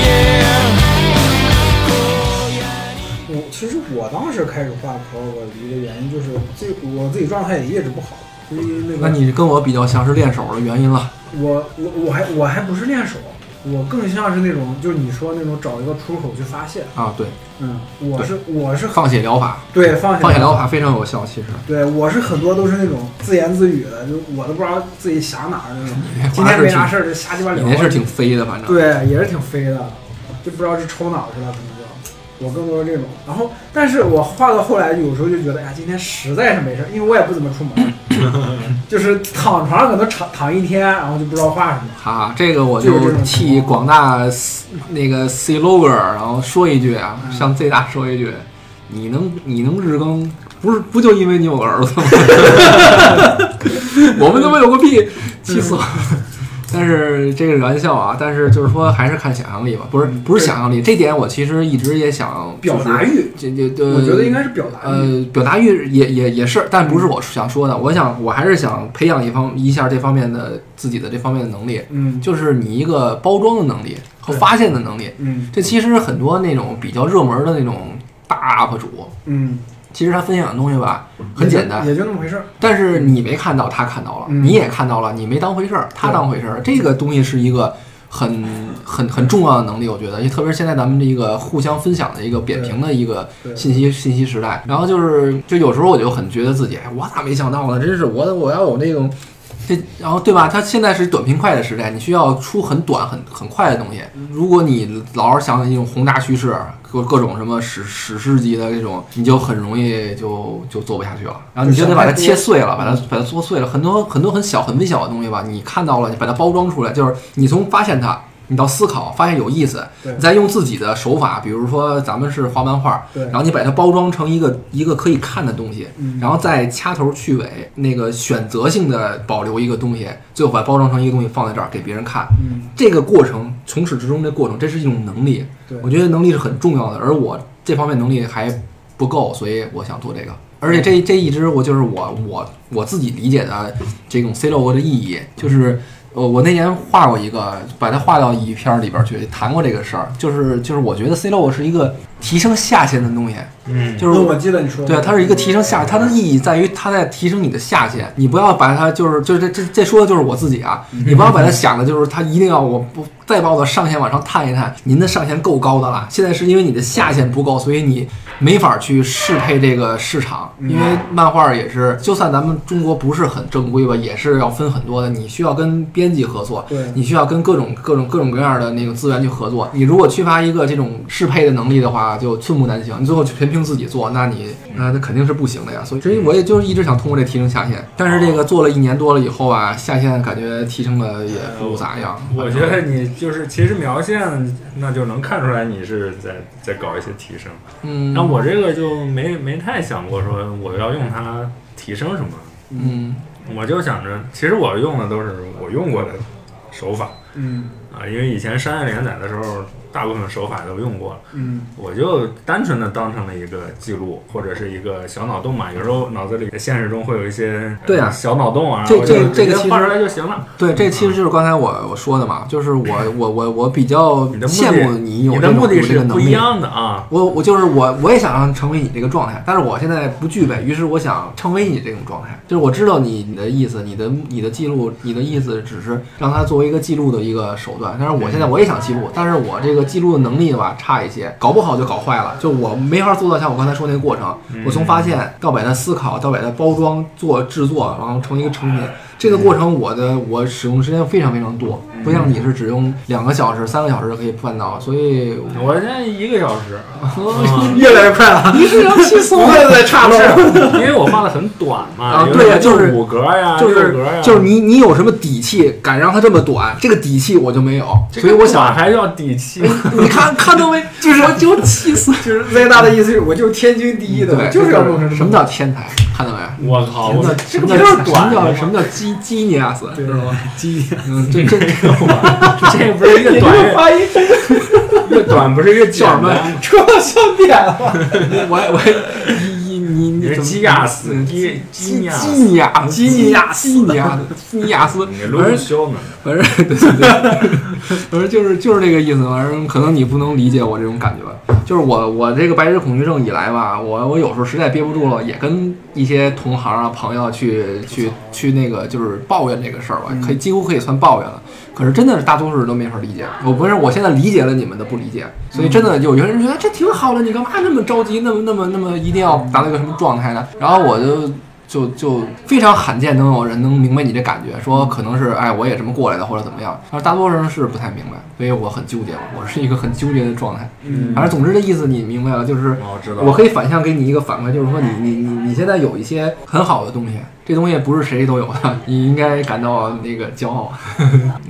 Speaker 5: yeah
Speaker 2: 我其实我当时开始画 pro 我离的原因就是最我自己状态也一直不好，所以那
Speaker 1: 那
Speaker 2: 个
Speaker 1: 你跟我比较像是练手的原因了。
Speaker 2: 我我我还我还不是练手，我更像是那种就是你说那种找一个出口去发泄。
Speaker 1: 啊，对，
Speaker 2: 嗯，我是我是很
Speaker 1: 放血疗法，
Speaker 2: 对放
Speaker 1: 放血
Speaker 2: 下
Speaker 1: 疗法非常有效。其实
Speaker 2: 对，我是很多都是那种自言自语的，就我都不知道自己想哪儿那种。
Speaker 1: 哎
Speaker 2: 今天没啥事儿就瞎鸡巴
Speaker 1: 你
Speaker 2: 聊。
Speaker 1: 那是挺飞的，反正
Speaker 2: 对，也是挺飞的，就不知道是抽脑去了，可能就我更多是这种。然后，但是我画到后来，有时候就觉得，哎呀，今天实在是没事儿，因为我也不怎么出 门，就是躺床上可能躺躺一天，然后就不知道画什么。
Speaker 1: 啊，这个我
Speaker 2: 就是这
Speaker 1: 就
Speaker 2: 种
Speaker 1: 替广大 C- 那个 C logo，然后说一句啊，
Speaker 2: 嗯
Speaker 1: 向 Z 大说一句，你能你能日更，不是不就因为你有个儿子吗？ 我们他妈有个屁，气死我！了。 但是这个玩笑啊，但是就是说还是看想象力吧，不是
Speaker 2: 嗯
Speaker 1: 不是想象力，这点我其实一直也想
Speaker 2: 表达，欲，
Speaker 1: 就是这这
Speaker 2: 我觉得应该是嗯表达欲。
Speaker 1: 呃，表达欲也也也是，但不是我想说的。我想，我还是想培养一方一下这方面的自己的这方面的能力，
Speaker 2: 嗯
Speaker 1: 就是你一个包装的能力和
Speaker 2: 对
Speaker 1: 发现的能力。
Speaker 2: 嗯
Speaker 1: 这其实很多那种比较热门的那种大 UP 主，
Speaker 2: 嗯，
Speaker 1: 其实他分享的东西吧很简单，
Speaker 2: 也就也就那么回事儿。
Speaker 1: 但是你没看到，他看到了，
Speaker 2: 嗯
Speaker 1: 你也看到了，你没当回事儿，他当回事儿。这个东西是一个很很很重要的能力，我觉得，也特别是现在咱们这个互相分享的一个扁平的一个
Speaker 2: 对
Speaker 1: 信息信息时代。然后就是，就有时候我就很觉得自己，哎，我咋没想到呢？真是我我要有那种。这然后对吧？它现在是短平快的时代，你需要出很短、很很快的东西。如果你老是想那种宏大叙事，各各种什么史史诗级的这种，你就很容易就就做不下去了。然后你就得把它切碎了，把它把它做碎了。很多很多很小很微小的东西吧，你看到了，你把它包装出来，就是你从发现它。你到思考，发现有意思，
Speaker 2: 对
Speaker 1: 你再用自己的手法，比如说咱们是画漫画，
Speaker 2: 对
Speaker 1: 然后你把它包装成一个一个可以看的东西，
Speaker 2: 嗯
Speaker 1: 然后再掐头去尾，那个选择性的保留一个东西，最后把它包装成一个东西放在这儿给别人看。
Speaker 2: 嗯，
Speaker 1: 这个过程从始至终这过程，这是一种能力，
Speaker 2: 对
Speaker 1: 我觉得能力是很重要的，而我这方面能力还不够，所以我想做这个。而且
Speaker 2: 嗯
Speaker 1: 这这一支我就是我我我自己理解的这种 C 罗的意义，就是呃我那年画过一个，把它画到一篇儿里边儿去谈过这个事儿，就是就是我觉得 C 罗是一个提升下限的东西，
Speaker 4: 嗯，
Speaker 1: 就是
Speaker 2: 那我记得你说
Speaker 1: 对啊，它是一个提升下，它的意义在于它在提升你的下限。你不要把它就是就是这这这说的就是我自己啊，你不要把它想的就是它一定要我不再把我的上限往上探一探。您的上限够高的了，现在是因为你的下限不够，所以你没法去适配这个市场。因为漫画也是，就算咱们中国不是很正规吧，也是要分很多的，你需要跟编辑合作，
Speaker 2: 对
Speaker 1: 你需要跟各种各种各种各样的那个资源去合作。你如果缺乏一个这种适配的能力的话，就寸步难行。你最后全凭自己做，那你那那肯定是不行的呀。所以，所以我也就是一直想通过这提升下限，但是这个做了一年多了以后啊，下限感觉提升的也不咋样。
Speaker 4: 我觉得你就是其实描线，那就能看出来你是在在搞一些提升。
Speaker 1: 嗯，
Speaker 4: 那我这个就没没太想过说我要用它提升什么，
Speaker 1: 嗯
Speaker 4: 我就想着，其实我用的都是我用过的手法
Speaker 2: 嗯
Speaker 4: 啊，因为以前商业连载的时候，大部分手法都用过了。
Speaker 2: 嗯
Speaker 4: 我就单纯的当成了一个记录，或者是一个小脑洞嘛。有时候脑子里现实中会有一些呃
Speaker 1: 对啊
Speaker 4: 小脑洞啊，
Speaker 1: 这
Speaker 4: 我就
Speaker 1: 这
Speaker 4: 直接
Speaker 1: 这个其实
Speaker 4: 画出来就行了。
Speaker 1: 对，这其实就是刚才我我说的嘛，就是我我我我比较
Speaker 4: 你的目的
Speaker 1: 羡慕你有
Speaker 4: 你
Speaker 1: 这
Speaker 4: 的
Speaker 1: 种
Speaker 4: 目的
Speaker 1: 有这
Speaker 4: 是
Speaker 1: 个能
Speaker 4: 不
Speaker 1: 力
Speaker 4: 一样的啊。
Speaker 1: 我我就是我，我也想让成为你这个状态，但是我现在不具备，于是我想成为你这种状态。就是我知道你你的意思，你的你的记录，你的意思只是让它作为一个记录的一个手段。但是我现在我也想记录，但是我这个记录的能力吧差一些，搞不好就搞坏了，就我没法做到像我刚才说那个过程。我从发现到把它思考，到把它包装做制作，然后成一个成品，这个过程我的我使用时间非常非常多，不像你是只用两个小时、三个小时就可以办到，所以
Speaker 4: 我现在一个小时，啊
Speaker 2: 越来越快了，
Speaker 1: 你是要气死
Speaker 2: 不
Speaker 1: 我！
Speaker 2: 会再差
Speaker 4: 不
Speaker 2: 了
Speaker 4: 是。，因为我放的很短嘛，
Speaker 1: 啊
Speaker 4: 有
Speaker 1: 对呀
Speaker 4: 的
Speaker 1: 就是
Speaker 4: 五格呀，
Speaker 1: 啊就
Speaker 4: 六格啊呀
Speaker 1: 是就是你你有什么底气敢让它这么短？这个底气我就没有，
Speaker 4: 这
Speaker 1: 所
Speaker 4: 个
Speaker 1: 以我想
Speaker 4: 短还要底气，
Speaker 1: 你看看到没？就是我就气死。
Speaker 2: 就是 Z 大的意思是，我就是天经地义的，我
Speaker 1: 嗯对，
Speaker 2: 就是要弄成这
Speaker 1: 什么
Speaker 2: 么
Speaker 1: 叫天才？看到没？
Speaker 4: 我靠，
Speaker 1: 什么
Speaker 4: 我
Speaker 1: 叫什
Speaker 4: 这个
Speaker 1: 么叫
Speaker 4: 不就是
Speaker 1: 什么
Speaker 4: 短
Speaker 1: 叫
Speaker 4: 的
Speaker 1: 什么叫基基尼亚斯？知道吗？
Speaker 2: 基因。
Speaker 1: 嗯，这这啊
Speaker 4: 这不是越
Speaker 2: 你这
Speaker 4: 短
Speaker 2: 个发音
Speaker 4: 越越 短不是越简
Speaker 1: 叫什么
Speaker 4: 单？
Speaker 2: 戳到笑点了，
Speaker 1: 我我你你
Speaker 4: 你
Speaker 1: 你
Speaker 4: 是
Speaker 1: 怎么
Speaker 4: 基亚斯，基基
Speaker 1: 基
Speaker 4: 尼亚
Speaker 1: 基
Speaker 4: 斯，
Speaker 1: 尼亚基尼亚基尼亚基尼亚斯，
Speaker 4: 你
Speaker 1: 反
Speaker 4: 录不
Speaker 1: 正
Speaker 4: 修呢？
Speaker 1: 反正对对对，反正就是就是这个意思。反正可能你不能理解我这种感觉，就是我我这个白日恐惧症以来吧，我我有时候实在憋不住了，也跟一些同行啊朋友去去去那个就是抱怨这个事儿吧，可以几乎可以算抱怨了。可是真的是大多数人都没法理解，我不是我现在理解了你们的不理解，所以真的有些人觉得哎这挺好的，你干嘛那么着急，那么那么那么一定要达到一个什么状态呢？然后我就就就非常罕见能有人能明白你这感觉，说可能是哎我也这么过来的或者怎么样，但是大多数人是不太明白，所以我很纠结，我是一个很纠结的状态。
Speaker 2: 嗯
Speaker 1: 反正总之这意思你明白了，就是
Speaker 4: 我哦知道
Speaker 1: 我可以反向给你一个反馈，就是说你你你你现在有一些很好的东西，这东西不是谁都有的，你应该感到那个骄傲。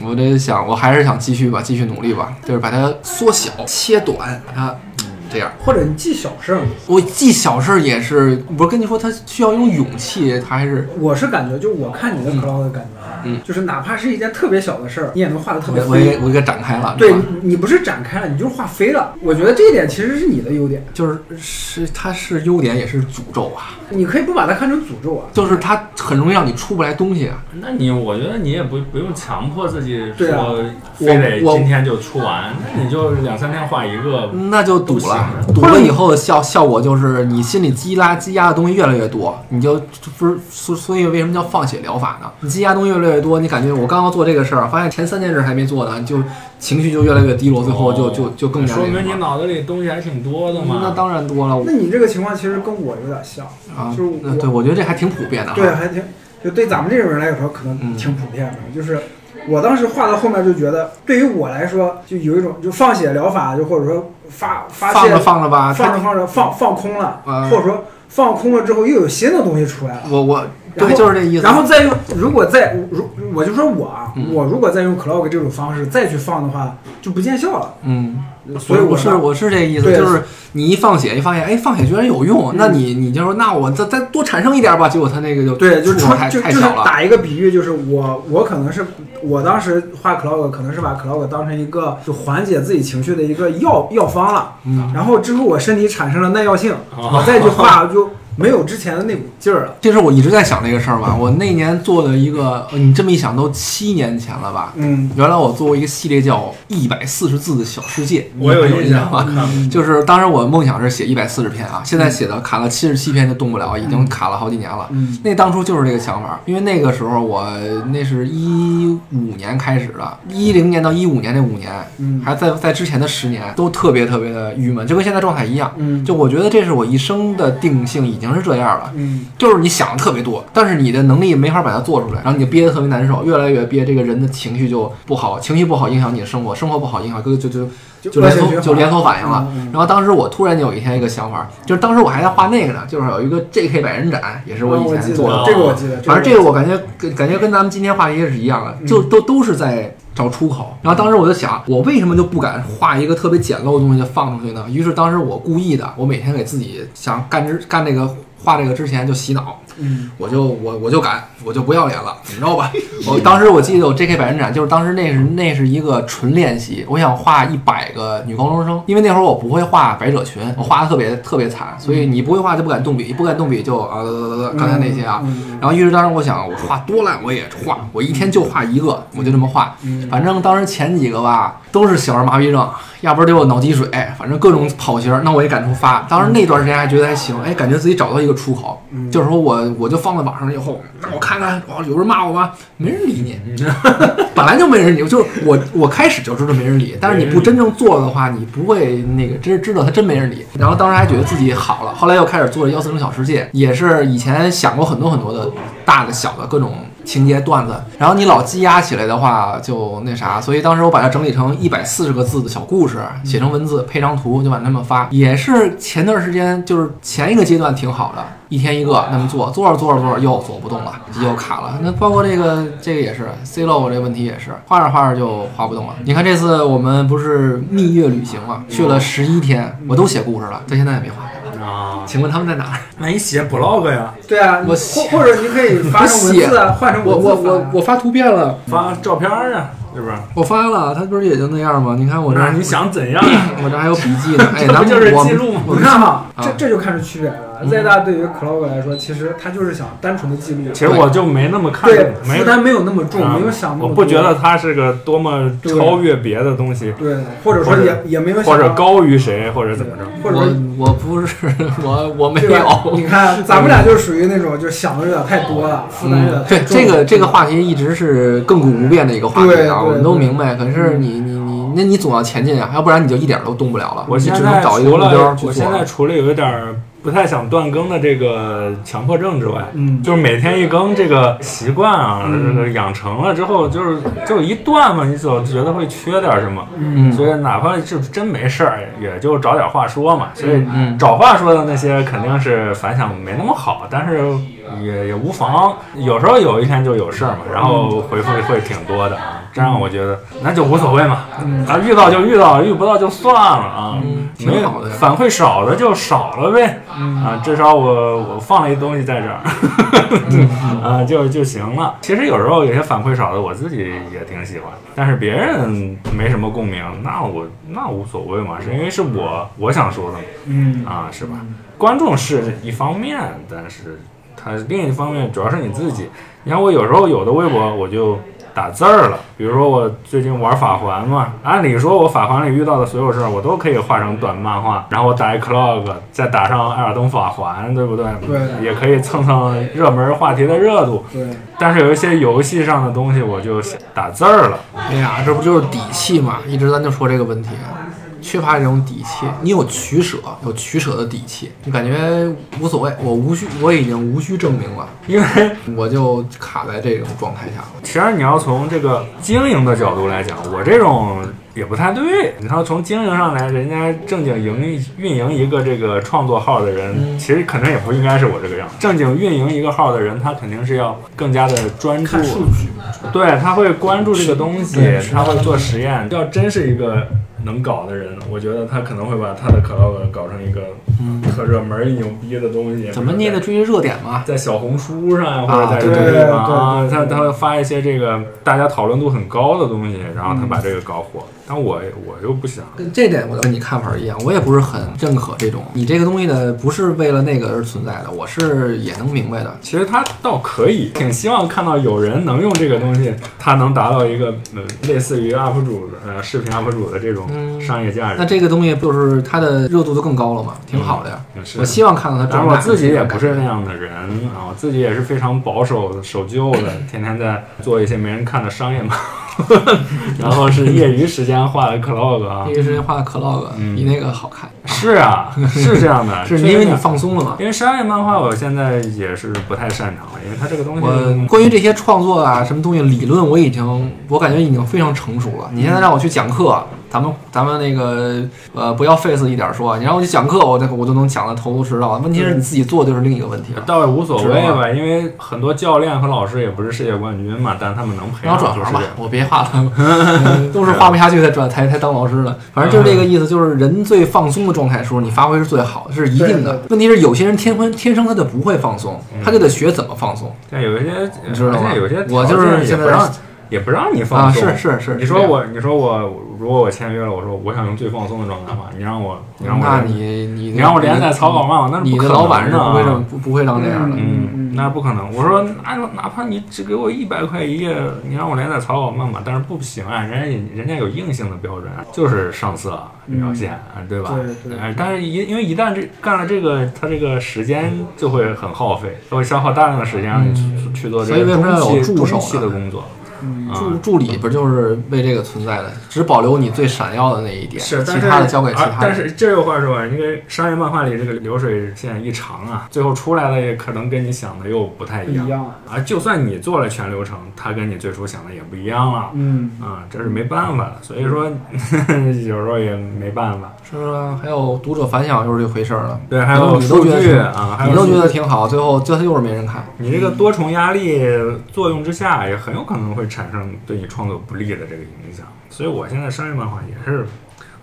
Speaker 1: 我得想，我还是想继续吧，继续努力吧，就是把它缩小、切短，把它这样。
Speaker 2: 或者你记小事儿。
Speaker 1: 我记小事儿也是，我跟你说，它需要一种勇气，它还是
Speaker 2: 我是感觉，就我看你的 cloud 的感觉，啊
Speaker 1: 嗯
Speaker 2: 就是哪怕是一件特别小的事儿，你也能画的特别
Speaker 1: 我我也
Speaker 2: 飞。
Speaker 1: 我给展开了，
Speaker 2: 对
Speaker 1: 是吧
Speaker 2: 你，你不是展开了，你就是画飞了。我觉得这一点其实是你的优点，
Speaker 1: 就是是它是优点也是诅咒啊，
Speaker 2: 你可以不把它看成诅咒啊。
Speaker 1: 就是它很容易让你出不来东西啊。
Speaker 4: 那你我觉得你也不不用强迫自己
Speaker 2: 对啊
Speaker 4: 说非得
Speaker 1: 我嗯
Speaker 4: 今天就出完，那你就两三天画一个。
Speaker 1: 那就赌了，赌了以后的效效果就是你心里积拉积压的东西越来越多，你就不是所所以为什么叫放血疗法呢？你积压东西越来越多，你感觉我刚要做这个事儿，发现前三件事还没做呢，就情绪就越来越低落，最后
Speaker 2: 哦
Speaker 1: 就就就更加
Speaker 4: 说
Speaker 1: 那
Speaker 4: 明你
Speaker 1: 个嘛。
Speaker 4: 脑子里东西还挺多的嘛。
Speaker 1: 那当然多了
Speaker 2: 那你这个情况其实跟我有点像，
Speaker 1: 啊
Speaker 2: 就是我，
Speaker 1: 那对我觉得啊嗯这还挺普遍的哈。
Speaker 2: 对，还挺，就对咱们这种人来说，可能挺普遍的。就是我当时画到后面就觉得，对于我来说，就有一种就放血疗法，就或者说发发
Speaker 1: 放
Speaker 2: 泄
Speaker 1: 着放着吧，
Speaker 2: 放着
Speaker 1: 它
Speaker 2: 放着放放空了，
Speaker 1: 啊嗯
Speaker 2: 或者说放空了之后又有新的东西出来了。
Speaker 1: 我我
Speaker 2: 然
Speaker 1: 对
Speaker 2: 后
Speaker 1: 就是这意思。
Speaker 2: 然后再用，如果再如我就说我啊，
Speaker 1: 嗯
Speaker 2: 我如果再用 clog 这种方式再去放的话，就不见效了。
Speaker 1: 嗯，
Speaker 2: 所以
Speaker 1: 我
Speaker 2: 我
Speaker 1: 是我是这意思，
Speaker 2: 对嗯
Speaker 1: 就是你一放血，一发现哎放血居然有用，那你你就说那我再再多产生一点吧，结果他那个就
Speaker 2: 对，就
Speaker 1: 数
Speaker 2: 出
Speaker 1: 量太
Speaker 2: 就
Speaker 1: 太
Speaker 2: 就是
Speaker 1: 少了。
Speaker 2: 打一个比喻，就是我我可能是我当时画 clog 可能是把 clog 当成一个就缓解自己情绪的一个药药方了，
Speaker 1: 嗯，
Speaker 2: 然后之后我身体产生了耐药性，我
Speaker 4: 哦
Speaker 2: 再去 画就没有之前的那股劲儿了。
Speaker 1: 这是我一直在想这个事儿吧。我那年做的一个，呃你这么一想都七年前了吧？
Speaker 2: 嗯，
Speaker 1: 原来我做过一个系列叫《一百四十字的小世界》，
Speaker 4: 我有
Speaker 1: 印
Speaker 4: 印象，
Speaker 1: 吗？
Speaker 2: 嗯
Speaker 1: 就是当时我梦想是写一百四十篇啊，现在写的卡了七十七篇就动不了，已经卡了好几年了。
Speaker 2: 嗯
Speaker 1: 那当初就是这个想法，因为那个时候我那是一五年开始的，一零年到一五年这五年，
Speaker 2: 嗯
Speaker 1: 还在在之前的十年都特别特别的郁闷，就跟现在状态一样。
Speaker 2: 嗯
Speaker 1: 就我觉得这是我一生的定性，已经是这样了。
Speaker 2: 嗯
Speaker 1: 就是你想的特别多，但是你的能力没法把它做出来，然后你就憋得特别难受，越来越憋，这个人的情绪就不好，情绪不好影响你的生活，生活不好影响就就就
Speaker 2: 就
Speaker 1: 就
Speaker 2: 恶
Speaker 1: 连
Speaker 2: 性
Speaker 1: 锁
Speaker 2: 循
Speaker 1: 就
Speaker 2: 环
Speaker 1: 连锁反应了。
Speaker 2: 嗯嗯
Speaker 1: 然后当时我突然有一天一个想法，就是当时我还在画那个呢，就是有一个 J.K. 百人展，也是我以
Speaker 2: 啊记
Speaker 1: 前
Speaker 2: 得
Speaker 1: 做的。
Speaker 2: 这个我记得，嗯
Speaker 1: 反正这
Speaker 2: 个
Speaker 1: 个我感觉跟感觉跟咱们今天话题是一样的，就都都是在找出口。然后当时我就想，我为什么就不敢画一个特别简陋的东西就放出去呢？于是当时我故意的，我每天给自己想干之干这个画这个之前就洗脑，
Speaker 2: 嗯
Speaker 1: 我就我我就敢，我就不要脸了，你知道 吧？我当时我记得有 J.K. 百人展，就是当时那是那是一个纯练习，我想画一百个女高中生，因为那会儿我不会画百褶裙，我画的特别特别惨，所以
Speaker 2: 嗯
Speaker 1: 你不会画就不敢动笔，不敢动笔就啊、呃刚才那些啊。
Speaker 2: 嗯嗯
Speaker 1: 然后于是当时我想，我画多烂我也画，我一天就画一个，我就这么画。反正当时前几个吧都是小儿麻痹症，要不然就有脑积水，反正各种跑型儿，那我也敢出发。当时那段时间还觉得还行，哎，感觉自己找到一个出口，就是说我我就放在网上以后，那我看看，哦，有人骂我吗？没人理你，本来就没人理。就是我我开始就知道没人理，但是你不真正做的话，你不会那个真知道他真没人理。然后当时还觉得自己好了，后来又开始做了《幺四零小世界》，也是以前想过很多很多的大的小的各种。情节段子，然后你老积压起来的话，就那啥，所以当时我把它整理成一百四十个字的小故事，写成文字，配张图，就往他们发。也是前段时间，就是前一个阶段挺好的，一天一个那么做，做着做着做着又走不动了，又卡了。那包括这个这个也是 C 漏这问题也是，画着画着就画不动了。你看这次我们不是蜜月旅行嘛，去了十一天，我都写故事了，到现在也没画。
Speaker 4: 啊，
Speaker 1: 请问他们在哪儿？
Speaker 4: 那你写 blog 呀，
Speaker 2: 对啊，
Speaker 1: 我
Speaker 2: 或或者你可以发成文字啊，换成
Speaker 1: 我
Speaker 2: 文字
Speaker 1: 我
Speaker 2: 发
Speaker 1: 我
Speaker 2: 啊
Speaker 1: 我发图片了，
Speaker 4: 发照片儿啊，对吧？
Speaker 1: 我发了，他不是也就那样吗？你看我这
Speaker 4: 那你想怎 样啊？
Speaker 1: 我这还有笔记呢，哎，
Speaker 4: 这
Speaker 1: 咱
Speaker 4: 不
Speaker 1: 们
Speaker 4: 就是
Speaker 1: 我
Speaker 4: 记
Speaker 1: 们
Speaker 4: 录吗
Speaker 1: 我
Speaker 2: 你
Speaker 1: 们
Speaker 2: 看哈，
Speaker 1: 啊嗯
Speaker 2: 这这就看出区别来了。Z 大对于 Clog 来说，其实他就是想单纯的记录，
Speaker 4: 其实我就没那么看
Speaker 2: 对，
Speaker 4: 没
Speaker 2: 负担没有那么重，
Speaker 1: 啊
Speaker 2: 没有想那么多
Speaker 4: 我不觉得它是个多么超越别的东西，
Speaker 2: 对，或者说
Speaker 4: 或者
Speaker 2: 也也没有想
Speaker 4: 或者高于谁，或者怎么着。
Speaker 2: 或者
Speaker 1: 我
Speaker 2: 说
Speaker 1: 我不是 我我没
Speaker 2: 对吧？
Speaker 1: 有。
Speaker 2: 你看，咱们俩就是属于那种就想的有点太多了，负担有点
Speaker 1: 嗯，对
Speaker 2: 太重。
Speaker 1: 这个这个话题一直是亘古不变的一个话题
Speaker 2: 对
Speaker 1: 啊，
Speaker 2: 对
Speaker 1: 我们都
Speaker 2: 对
Speaker 1: 明白。可是你你你，那你总要前进啊，要不然你就一点儿都动不了了。
Speaker 4: 我
Speaker 1: 你
Speaker 4: 现
Speaker 1: 只
Speaker 4: 在
Speaker 1: 能找一个
Speaker 4: 除
Speaker 1: 目标
Speaker 4: 了
Speaker 1: 去做
Speaker 4: 我现在
Speaker 1: 了。
Speaker 4: 除了有一点儿不太想断更的这个强迫症之外，
Speaker 2: 嗯
Speaker 4: 就是每天一更这个习惯啊，
Speaker 2: 嗯
Speaker 4: 这个养成了之后，就是就一断嘛，你总觉得会缺点什么。
Speaker 1: 嗯，
Speaker 4: 所以哪怕就是真没事儿，也就找点话说嘛。所以
Speaker 1: 嗯
Speaker 4: 找话说的那些肯定是反响没那么好，但是也也无妨。有时候有一天就有事儿嘛，然
Speaker 1: 嗯
Speaker 4: 后回复会挺多的啊。这样我觉得那就无所谓嘛，
Speaker 1: 嗯
Speaker 4: 啊，遇到就遇到，遇不到就算了啊。
Speaker 1: 挺
Speaker 4: 没
Speaker 1: 好
Speaker 4: 有
Speaker 1: 的呀嗯
Speaker 4: 反馈少的就少了呗，啊，至少我我放了一东西在 这儿，
Speaker 1: 嗯
Speaker 4: 啊就就行了。其实有时候有些反馈少的，我自己也挺喜欢，但是别人没什么共鸣，那我那无所谓嘛，是因为是我我想说的嘛，
Speaker 2: 嗯，
Speaker 4: 啊，是吧？观众是一方面，但是它另一方面主要是你自己。你看我有时候有的微博我就打字儿了，比如说我最近玩法环嘛，按理说我法环里遇到的所有事儿我都可以画成短漫画，然后我打一 clog，再打上艾尔登法环，对不对？
Speaker 2: 对
Speaker 4: 也可以蹭蹭热门话题的热度。
Speaker 2: 对，
Speaker 4: 但是有一些游戏上的东西我就打字儿了，
Speaker 1: 哎呀，这不就是底气嘛？一直咱就说这个问题，啊缺乏这种底气。你有取舍，有取舍的底气，就感觉无所谓，我无需，我已经无需证明了，
Speaker 4: 因为
Speaker 1: 我就卡在这种状态下了。
Speaker 4: 其实你要从这个经营的角度来讲，我这种也不太对。你要从经营上来，人家正经营运营一个这个创作号的人，其实肯定也不应该是我这个样。正经运营一个号的人，他肯定是要更加的专注，
Speaker 2: 看数据，
Speaker 4: 对他会关注这个东西，他会做实验。要真是一个能搞的人，我觉得他可能会把他的 clog 搞成一个特热门、牛逼的东西。
Speaker 1: 怎么你也得追求热点嘛？
Speaker 4: 在小红书上呀，或者
Speaker 1: 啊
Speaker 4: 在
Speaker 1: 对
Speaker 4: 这
Speaker 2: 对
Speaker 4: 个地
Speaker 2: 对
Speaker 4: 方啊，
Speaker 2: 对
Speaker 4: 他他会发一些这个大家讨论度很高的东西，然后他
Speaker 1: 嗯
Speaker 4: 把这个搞火。但我我又不想，
Speaker 1: 跟这点我就跟你看法一样，我也不是很认可这种你这个东西呢，不是为了那个而存在的，我是也能明白的。
Speaker 4: 其实他倒可以，挺希望看到有人能用这个东西，他能达到一个呃类似于 UP 主呃视频 UP 主的这种
Speaker 1: 嗯
Speaker 4: 商业价值。
Speaker 1: 那这个东西不就是它的热度就更高了嘛，挺好的呀。
Speaker 4: 也嗯是
Speaker 1: 我希望看到它
Speaker 4: 然
Speaker 1: 壮
Speaker 4: 后
Speaker 1: 大。
Speaker 4: 我自己也不是那样的人啊，我自己也是非常保守、守旧的，天天在做一些没人看的商业嘛， 然后是业余时间画的 clog 啊，
Speaker 1: 第一时间画的 clog
Speaker 4: 嗯
Speaker 1: 比那个好看，
Speaker 4: 是 啊，是这样的，
Speaker 1: 是
Speaker 4: 确实
Speaker 1: 因为
Speaker 4: 这
Speaker 1: 你
Speaker 4: 样
Speaker 1: 放松了嘛。
Speaker 4: 因为商业漫画，我现在也是不太擅长了，因为它这个东西，嗯
Speaker 1: 我关于这些创作啊，什么东西理论，我已经我感觉已经非常成熟了。你
Speaker 4: 嗯
Speaker 1: 现在让我去讲课，咱们咱们那个呃不要 face 一点说，你让我去讲课，我这我都能讲的头头是道。问题是你自己做就是另一个问题了。
Speaker 4: 倒也无所谓
Speaker 1: 知道
Speaker 4: 吧，因为很多教练和老师也不是世界冠军嘛，但他们能培
Speaker 1: 然
Speaker 4: 养
Speaker 1: 后
Speaker 4: 出
Speaker 1: 转行
Speaker 4: 世
Speaker 1: 吧
Speaker 4: 界。，
Speaker 1: 我别 画了，嗯都是画不下去才转才才当老师的。反正就是这
Speaker 4: 嗯
Speaker 1: 个意思，就是人最放松的状态的时候，你发挥是最好的，是一定的
Speaker 2: 对。
Speaker 1: 问题是有些人天分天生他就
Speaker 4: 嗯
Speaker 1: 不会放松，他就得学怎么放松。
Speaker 4: 但有一些，
Speaker 1: 你知道吗
Speaker 4: 而且有一些条件
Speaker 1: 我就是
Speaker 4: 也
Speaker 1: 现
Speaker 4: 不
Speaker 1: 在
Speaker 4: 让，也不让你放
Speaker 1: 啊，
Speaker 4: 松。
Speaker 1: 是是是，
Speaker 4: 你说我，你说我，如果我签约了，我说我想用最放松的状态嘛，你让我，你
Speaker 1: 是这
Speaker 4: 让
Speaker 1: 样，
Speaker 4: 我，
Speaker 1: 那你你
Speaker 4: 你让我连载草稿漫，我那是
Speaker 1: 你
Speaker 4: 不可
Speaker 1: 的
Speaker 4: 能
Speaker 1: 老板是不会这么
Speaker 4: 的。
Speaker 1: 不不会让这样的。
Speaker 4: 嗯，那不可能。我说，哪有哪怕你只给我一百块一页，你让我连载草稿漫嘛，但是不行啊，人家也人家有硬性的标准，啊就是上色、描线，啊对吧？
Speaker 2: 对对
Speaker 4: 哎但是一因为一旦这干了这个，他这个时间就会很耗费，它会消耗大量的时间让你去、去做这
Speaker 1: 所以为
Speaker 4: 个
Speaker 1: 什么要有
Speaker 4: 中期
Speaker 1: 助手
Speaker 4: 中
Speaker 1: 呢
Speaker 4: 期的工作。
Speaker 2: 嗯
Speaker 4: 啊
Speaker 1: 助助理不就是为这个存在的，只保留你最闪耀的那一点，
Speaker 4: 是，但
Speaker 1: 其
Speaker 4: 是
Speaker 1: 他的交给其
Speaker 4: 啊
Speaker 1: 他
Speaker 4: 但
Speaker 1: 人。
Speaker 4: 是这有话说啊，那个商业漫画里这个流水线一长啊，最后出来的也可能跟你想的又不太
Speaker 2: 不
Speaker 4: 一样
Speaker 2: 一样。
Speaker 4: 啊。就算你做了全流程，它跟你最初想的也不一样了。
Speaker 2: 嗯，
Speaker 4: 啊、这是没办法的，所以说 有时候也没办法。
Speaker 1: 是啊，还有读者反响又是一回事儿了。
Speaker 4: 对，还
Speaker 1: 然后
Speaker 4: 有
Speaker 1: 你都
Speaker 4: 数
Speaker 1: 觉得
Speaker 4: 据
Speaker 1: 挺
Speaker 4: 啊，还有
Speaker 1: 你都
Speaker 4: 数
Speaker 1: 觉得
Speaker 4: 据
Speaker 1: 挺好，最后就是又是没人看。
Speaker 4: 你这个多重压力作用之下，也很有可能会产生对你创作不利的这个影响。所以我现在商业漫画也是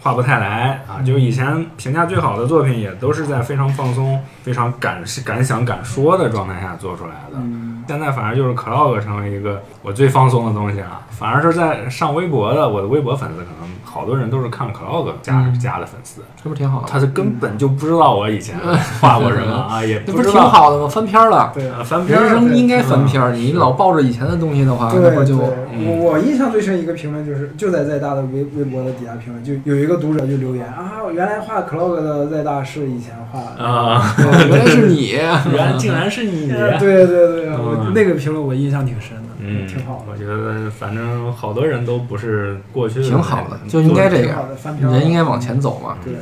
Speaker 4: 画不太来啊，就以前评价最好的作品，也都是在非常放松、非常敢敢想敢说的状态下做出来的。
Speaker 2: 嗯
Speaker 4: 现在反而就是 Clog 成为一个我最放松的东西了，反而是在上微博的，我的微博粉丝可能好多人都是看 Clog 加
Speaker 1: 嗯
Speaker 4: 加的粉丝，
Speaker 1: 这不挺好的？
Speaker 4: 他是根本就不知道我以前画过什么 啊，也
Speaker 1: 嗯那不是
Speaker 4: 知
Speaker 1: 挺
Speaker 4: 道。
Speaker 1: 好的吗？翻篇儿了，
Speaker 2: 对。
Speaker 4: 呃翻篇儿
Speaker 1: 人
Speaker 4: 了
Speaker 1: 生应该翻篇儿。你老抱着以前的东西的话，啊那不
Speaker 2: 对，
Speaker 1: 就
Speaker 4: 嗯
Speaker 2: 我我印象最深一个评论就是，就在在大的微微博的底下评论，就有一个读者就留言啊，原来画 Clog 的在大是以前画的。
Speaker 4: 啊，
Speaker 1: 哦原来是 你？
Speaker 4: 原来竟然 是你！
Speaker 2: 对对对，我
Speaker 4: 嗯
Speaker 2: 那个评论我印象挺深的，
Speaker 4: 嗯，
Speaker 2: 挺好的，
Speaker 4: 我觉得反正好多人都不是过去
Speaker 1: 挺好的，就应该这
Speaker 2: 挺好
Speaker 1: 样。
Speaker 2: 的，翻篇啊
Speaker 1: 人应该往前走嘛。
Speaker 2: 对，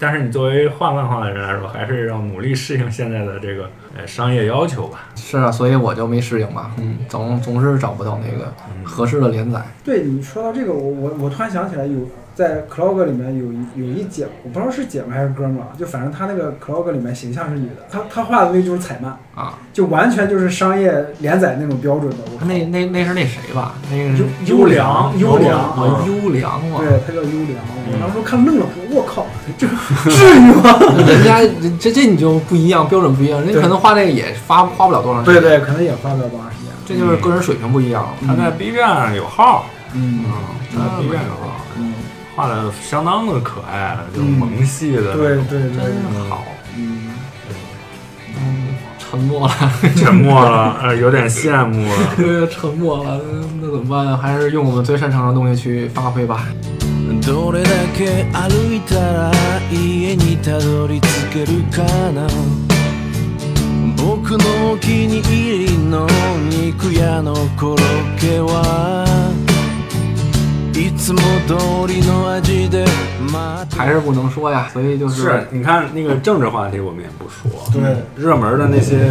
Speaker 4: 但是你作为画漫画的人来说，还是要努力适应现在的这个呃商业要求吧。
Speaker 1: 是啊，所以我就没适应嘛。嗯，总总是找不到那个
Speaker 4: 嗯
Speaker 1: 合适的连载。
Speaker 2: 对你说到这个，我我我突然想起来有在 Clog 里面有一有一姐，我不知道是姐们还是哥们儿啊，就反正她那个 Clog 里面形象是女的，她她画的那就是彩漫
Speaker 1: 啊，
Speaker 2: 就完全就是商业连载那种标准的。我靠
Speaker 1: 那那那是那谁吧？那个是
Speaker 2: 优优良优良嗯
Speaker 1: 哦优良啊！
Speaker 2: 对，她叫优良，我
Speaker 4: 嗯
Speaker 2: 当时看愣了，我靠，这至于吗？
Speaker 1: 人家这这你就不一样，标准不一样，人家
Speaker 2: 对
Speaker 1: 可能画那个也发花不了多长时
Speaker 2: 对
Speaker 1: 间。，
Speaker 2: 对，可能也发表多长时间。
Speaker 1: 这就是个人水平不一样了。
Speaker 4: 他在 B 站上有号，
Speaker 2: 嗯
Speaker 4: 嗯，他在 B 站有号，
Speaker 2: 嗯，
Speaker 4: 画的相当的可爱，就是萌系的，
Speaker 2: 对对对，
Speaker 4: 真好。
Speaker 2: 嗯，
Speaker 1: 嗯，沉默了，
Speaker 4: 沉默了，呃，有点羡慕了。
Speaker 1: 沉默了，那怎么办？啊还是用我们最擅长的东西去发挥吧。
Speaker 5: どれだけ歩いたら家にたどり着けるかな僕のお気に入りの肉屋のコロッケはいつも通りの味で待って
Speaker 1: 还是不能说呀，所以 就是
Speaker 4: 是，你看那个政治话题，我们也不说。
Speaker 2: 对，
Speaker 1: 嗯
Speaker 4: 热门的那些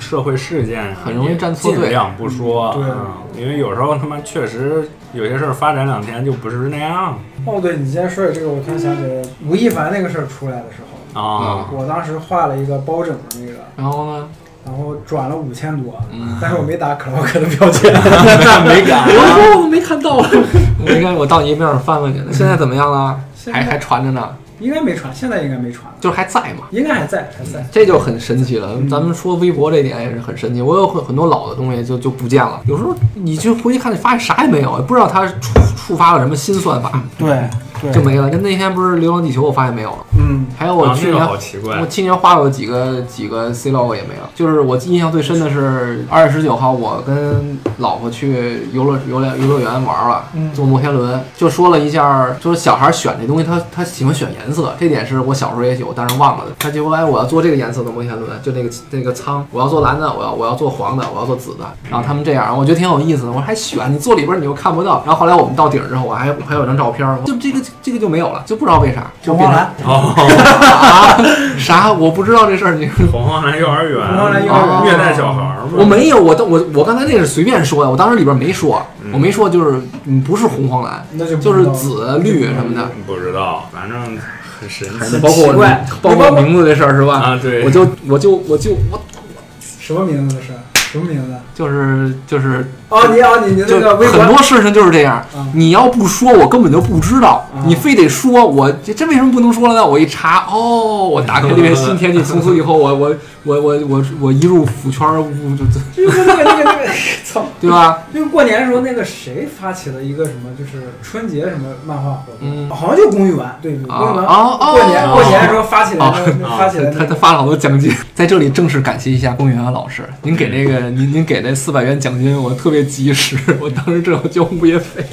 Speaker 4: 社会事件啊，
Speaker 1: 很容易站错队
Speaker 4: 尽量不说，
Speaker 2: 对
Speaker 4: 嗯因为有时候他妈确实有些事儿发展两天就不是那样
Speaker 2: 哦，对你今天说起这个，我突然想起来
Speaker 1: 嗯
Speaker 2: 吴亦凡那个事儿出来的时候。
Speaker 4: 啊。
Speaker 2: 我当时画了一个包拯的那个，
Speaker 1: 然后呢，
Speaker 2: 然后转了五千多，
Speaker 1: 嗯
Speaker 2: 但是我没打可洛克的标签。
Speaker 4: 那没 敢啊，
Speaker 1: 哦，我没看到， 我没看，我到你那边儿翻翻去了。现在怎么样了？
Speaker 2: 现在
Speaker 1: 还还传着呢，
Speaker 2: 应该没传，现在应该没传了，
Speaker 1: 就是还在嘛。
Speaker 2: 应该还在，还在。
Speaker 1: 这就很神奇了。咱们说微博这点也是很神奇，我有很很多老的东西就就不见了。有时候你去回去看，你发现啥也没有，也不知道它触触发了什么新算法，
Speaker 2: 对对
Speaker 1: 就没了。跟那天不是《流浪地球》，我发现没有了。
Speaker 2: 嗯
Speaker 1: 还有我
Speaker 4: 啊
Speaker 1: 去
Speaker 4: 那个
Speaker 1: 年
Speaker 4: 好奇怪
Speaker 1: 我今年画过几个几个 C log 也没有，就是我印象最深的是二月十九号，我跟老婆去游乐游乐游乐园玩了，坐摩天轮，就说了一下，就是小孩选这东西，他他喜欢选颜色，这点是我小时候也有，但是忘了的。他就说，哎，我要做这个颜色的摩天轮，就那个那个舱，我要做蓝的，我要我要做黄的，我要做紫的。然后他们这样，我觉得挺有意思的。我说还选，你坐里边你又看不到。然后后来我们到顶儿之后，我还我还有张照片，就这个这个就没有了，就不知道为啥，就
Speaker 2: 红
Speaker 1: 变
Speaker 2: 黄
Speaker 1: 成
Speaker 2: 蓝，
Speaker 4: 哦，
Speaker 1: 啊？啥？我不知道这事儿，你
Speaker 4: 红黄蓝幼儿园，
Speaker 2: 红黄蓝幼
Speaker 1: 儿园
Speaker 4: 虐待小孩儿嘛，
Speaker 1: 我没有，我当我我刚才那是随便说的，我当时里边没说，我没说就是嗯不是红黄蓝，
Speaker 2: 那就不知
Speaker 1: 就
Speaker 2: 道
Speaker 1: 是紫绿什么的。
Speaker 4: 不知道，反正很神奇
Speaker 1: 包括
Speaker 2: 奇怪
Speaker 1: 我包括我名字这事儿是吧？
Speaker 4: 啊。对，
Speaker 1: 我就我就我就我
Speaker 2: 什么名字这是？什么名字？
Speaker 1: 就是就是
Speaker 2: 哦，你哦你你那
Speaker 1: 就
Speaker 2: 个微博
Speaker 1: 很多事情就是这样
Speaker 2: 嗯，
Speaker 1: 你要不说我根本就不知道
Speaker 2: 啊，
Speaker 1: 你非得说我这这为什么不能说了呢？我一查，哦，我打开这个新天地，从此以后我我我我我我一入腐圈儿，我就就
Speaker 2: 就是那个那个那个，操！
Speaker 1: 对吧？
Speaker 2: 就是过年的时候，那个谁发起了一个什么，就是春节什么漫画活动，
Speaker 1: 嗯
Speaker 2: 好像就龚玉丸，对对，
Speaker 1: 啊
Speaker 2: 龚玉丸。
Speaker 1: 啊啊！
Speaker 2: 过年
Speaker 1: 啊
Speaker 2: 过年的时候发起来
Speaker 1: 啊
Speaker 2: 的，那发起来
Speaker 1: 他
Speaker 2: 的
Speaker 1: 他发了好多奖金，在这里正式感谢一下龚元安老师，您给那个您您给那四百元奖金，我特别及时，我当时正好交物业费，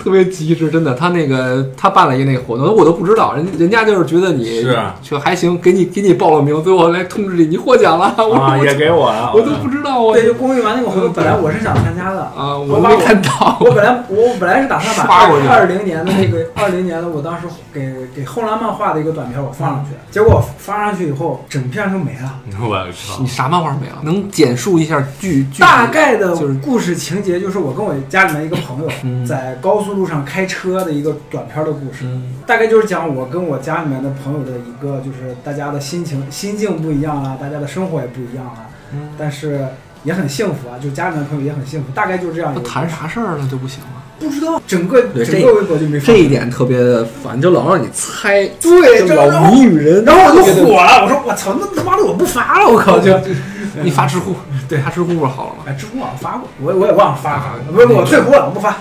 Speaker 1: 特别及时，真的。他那个他办了一个那个活动，我都不知道，人人家就是觉得你
Speaker 4: 是啊
Speaker 1: 就还行，给你给你报了名，最后来通知你你获奖了， 我、
Speaker 4: 啊，
Speaker 1: 我
Speaker 4: 也给我了，
Speaker 1: 我都不知道我
Speaker 2: 对，就龚玉丸那个活动，本来我是想参加的，
Speaker 1: 啊，
Speaker 2: 我
Speaker 1: 我
Speaker 2: 把
Speaker 1: 没
Speaker 2: 我
Speaker 1: 看到，
Speaker 2: 我本来我本来是打算把
Speaker 1: 刷过去
Speaker 2: 二零年的那个二零年的，我当时给给后浪漫画的一个短片我放上去，结果发上去以后，整片就没了。
Speaker 4: 我操
Speaker 1: 你！啥漫画没了？能简述一下剧剧
Speaker 2: 大概的
Speaker 1: 就是
Speaker 2: 故事情节就是我跟我家里面一个朋
Speaker 1: 嗯
Speaker 2: 友在高速路上开车的一个短片的故事，
Speaker 1: 嗯
Speaker 2: 大概就是讲我跟我家里面的朋友的一个，就是大家的心情心境不一样了，大家的生活也不一样了，
Speaker 1: 嗯
Speaker 2: 但是也很幸福啊，就家里面的朋友也很幸福，大概就是这样一
Speaker 1: 那
Speaker 2: 个。
Speaker 1: 谈啥事儿了就不行了。
Speaker 2: 不知道整个
Speaker 3: 对
Speaker 2: 整
Speaker 3: 这
Speaker 2: 个微博就没发
Speaker 3: 这一点特别烦，就老让你猜，
Speaker 2: 对，
Speaker 3: 就
Speaker 2: 这然
Speaker 3: 老
Speaker 2: 后
Speaker 3: 谜语人。
Speaker 2: 然后我就火了，我说我操，那他妈的我不发了，我靠就。
Speaker 1: 嗯你发知乎，对，发知乎不是好了吗？
Speaker 2: 哎，知乎网发过，我我也忘了发啥了，不是我退货了，我不
Speaker 1: 嗯
Speaker 2: 发。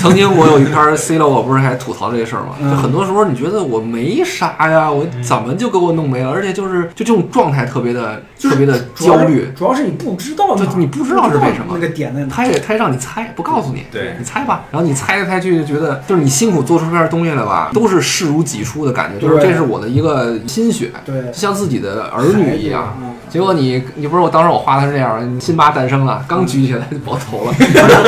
Speaker 1: 曾经我有一篇 C 了，我不是还吐槽这个事儿吗？
Speaker 2: 嗯
Speaker 1: 就很多时候你觉得我没啥呀，我怎么就给我弄没了？而且就是就这种状态特别的特别的焦虑，
Speaker 2: 主要是你不知道
Speaker 1: 就
Speaker 2: 嘛，
Speaker 1: 你不知道是为什么
Speaker 2: 那个点在哪。
Speaker 1: 他也他也让你猜，不告诉你，
Speaker 4: 对
Speaker 1: 你猜吧。然后你猜来猜去，就觉得就是你辛苦做出这片东西来吧，都是视如己出的感觉，就是
Speaker 2: 对
Speaker 1: 这是我的一个心血，
Speaker 2: 对
Speaker 1: 就，像自己的儿女一样。
Speaker 2: 嗯
Speaker 1: 结果你你不是我当时我画的是这样，辛巴诞生了，
Speaker 4: 嗯
Speaker 1: 刚举起来就爆头了，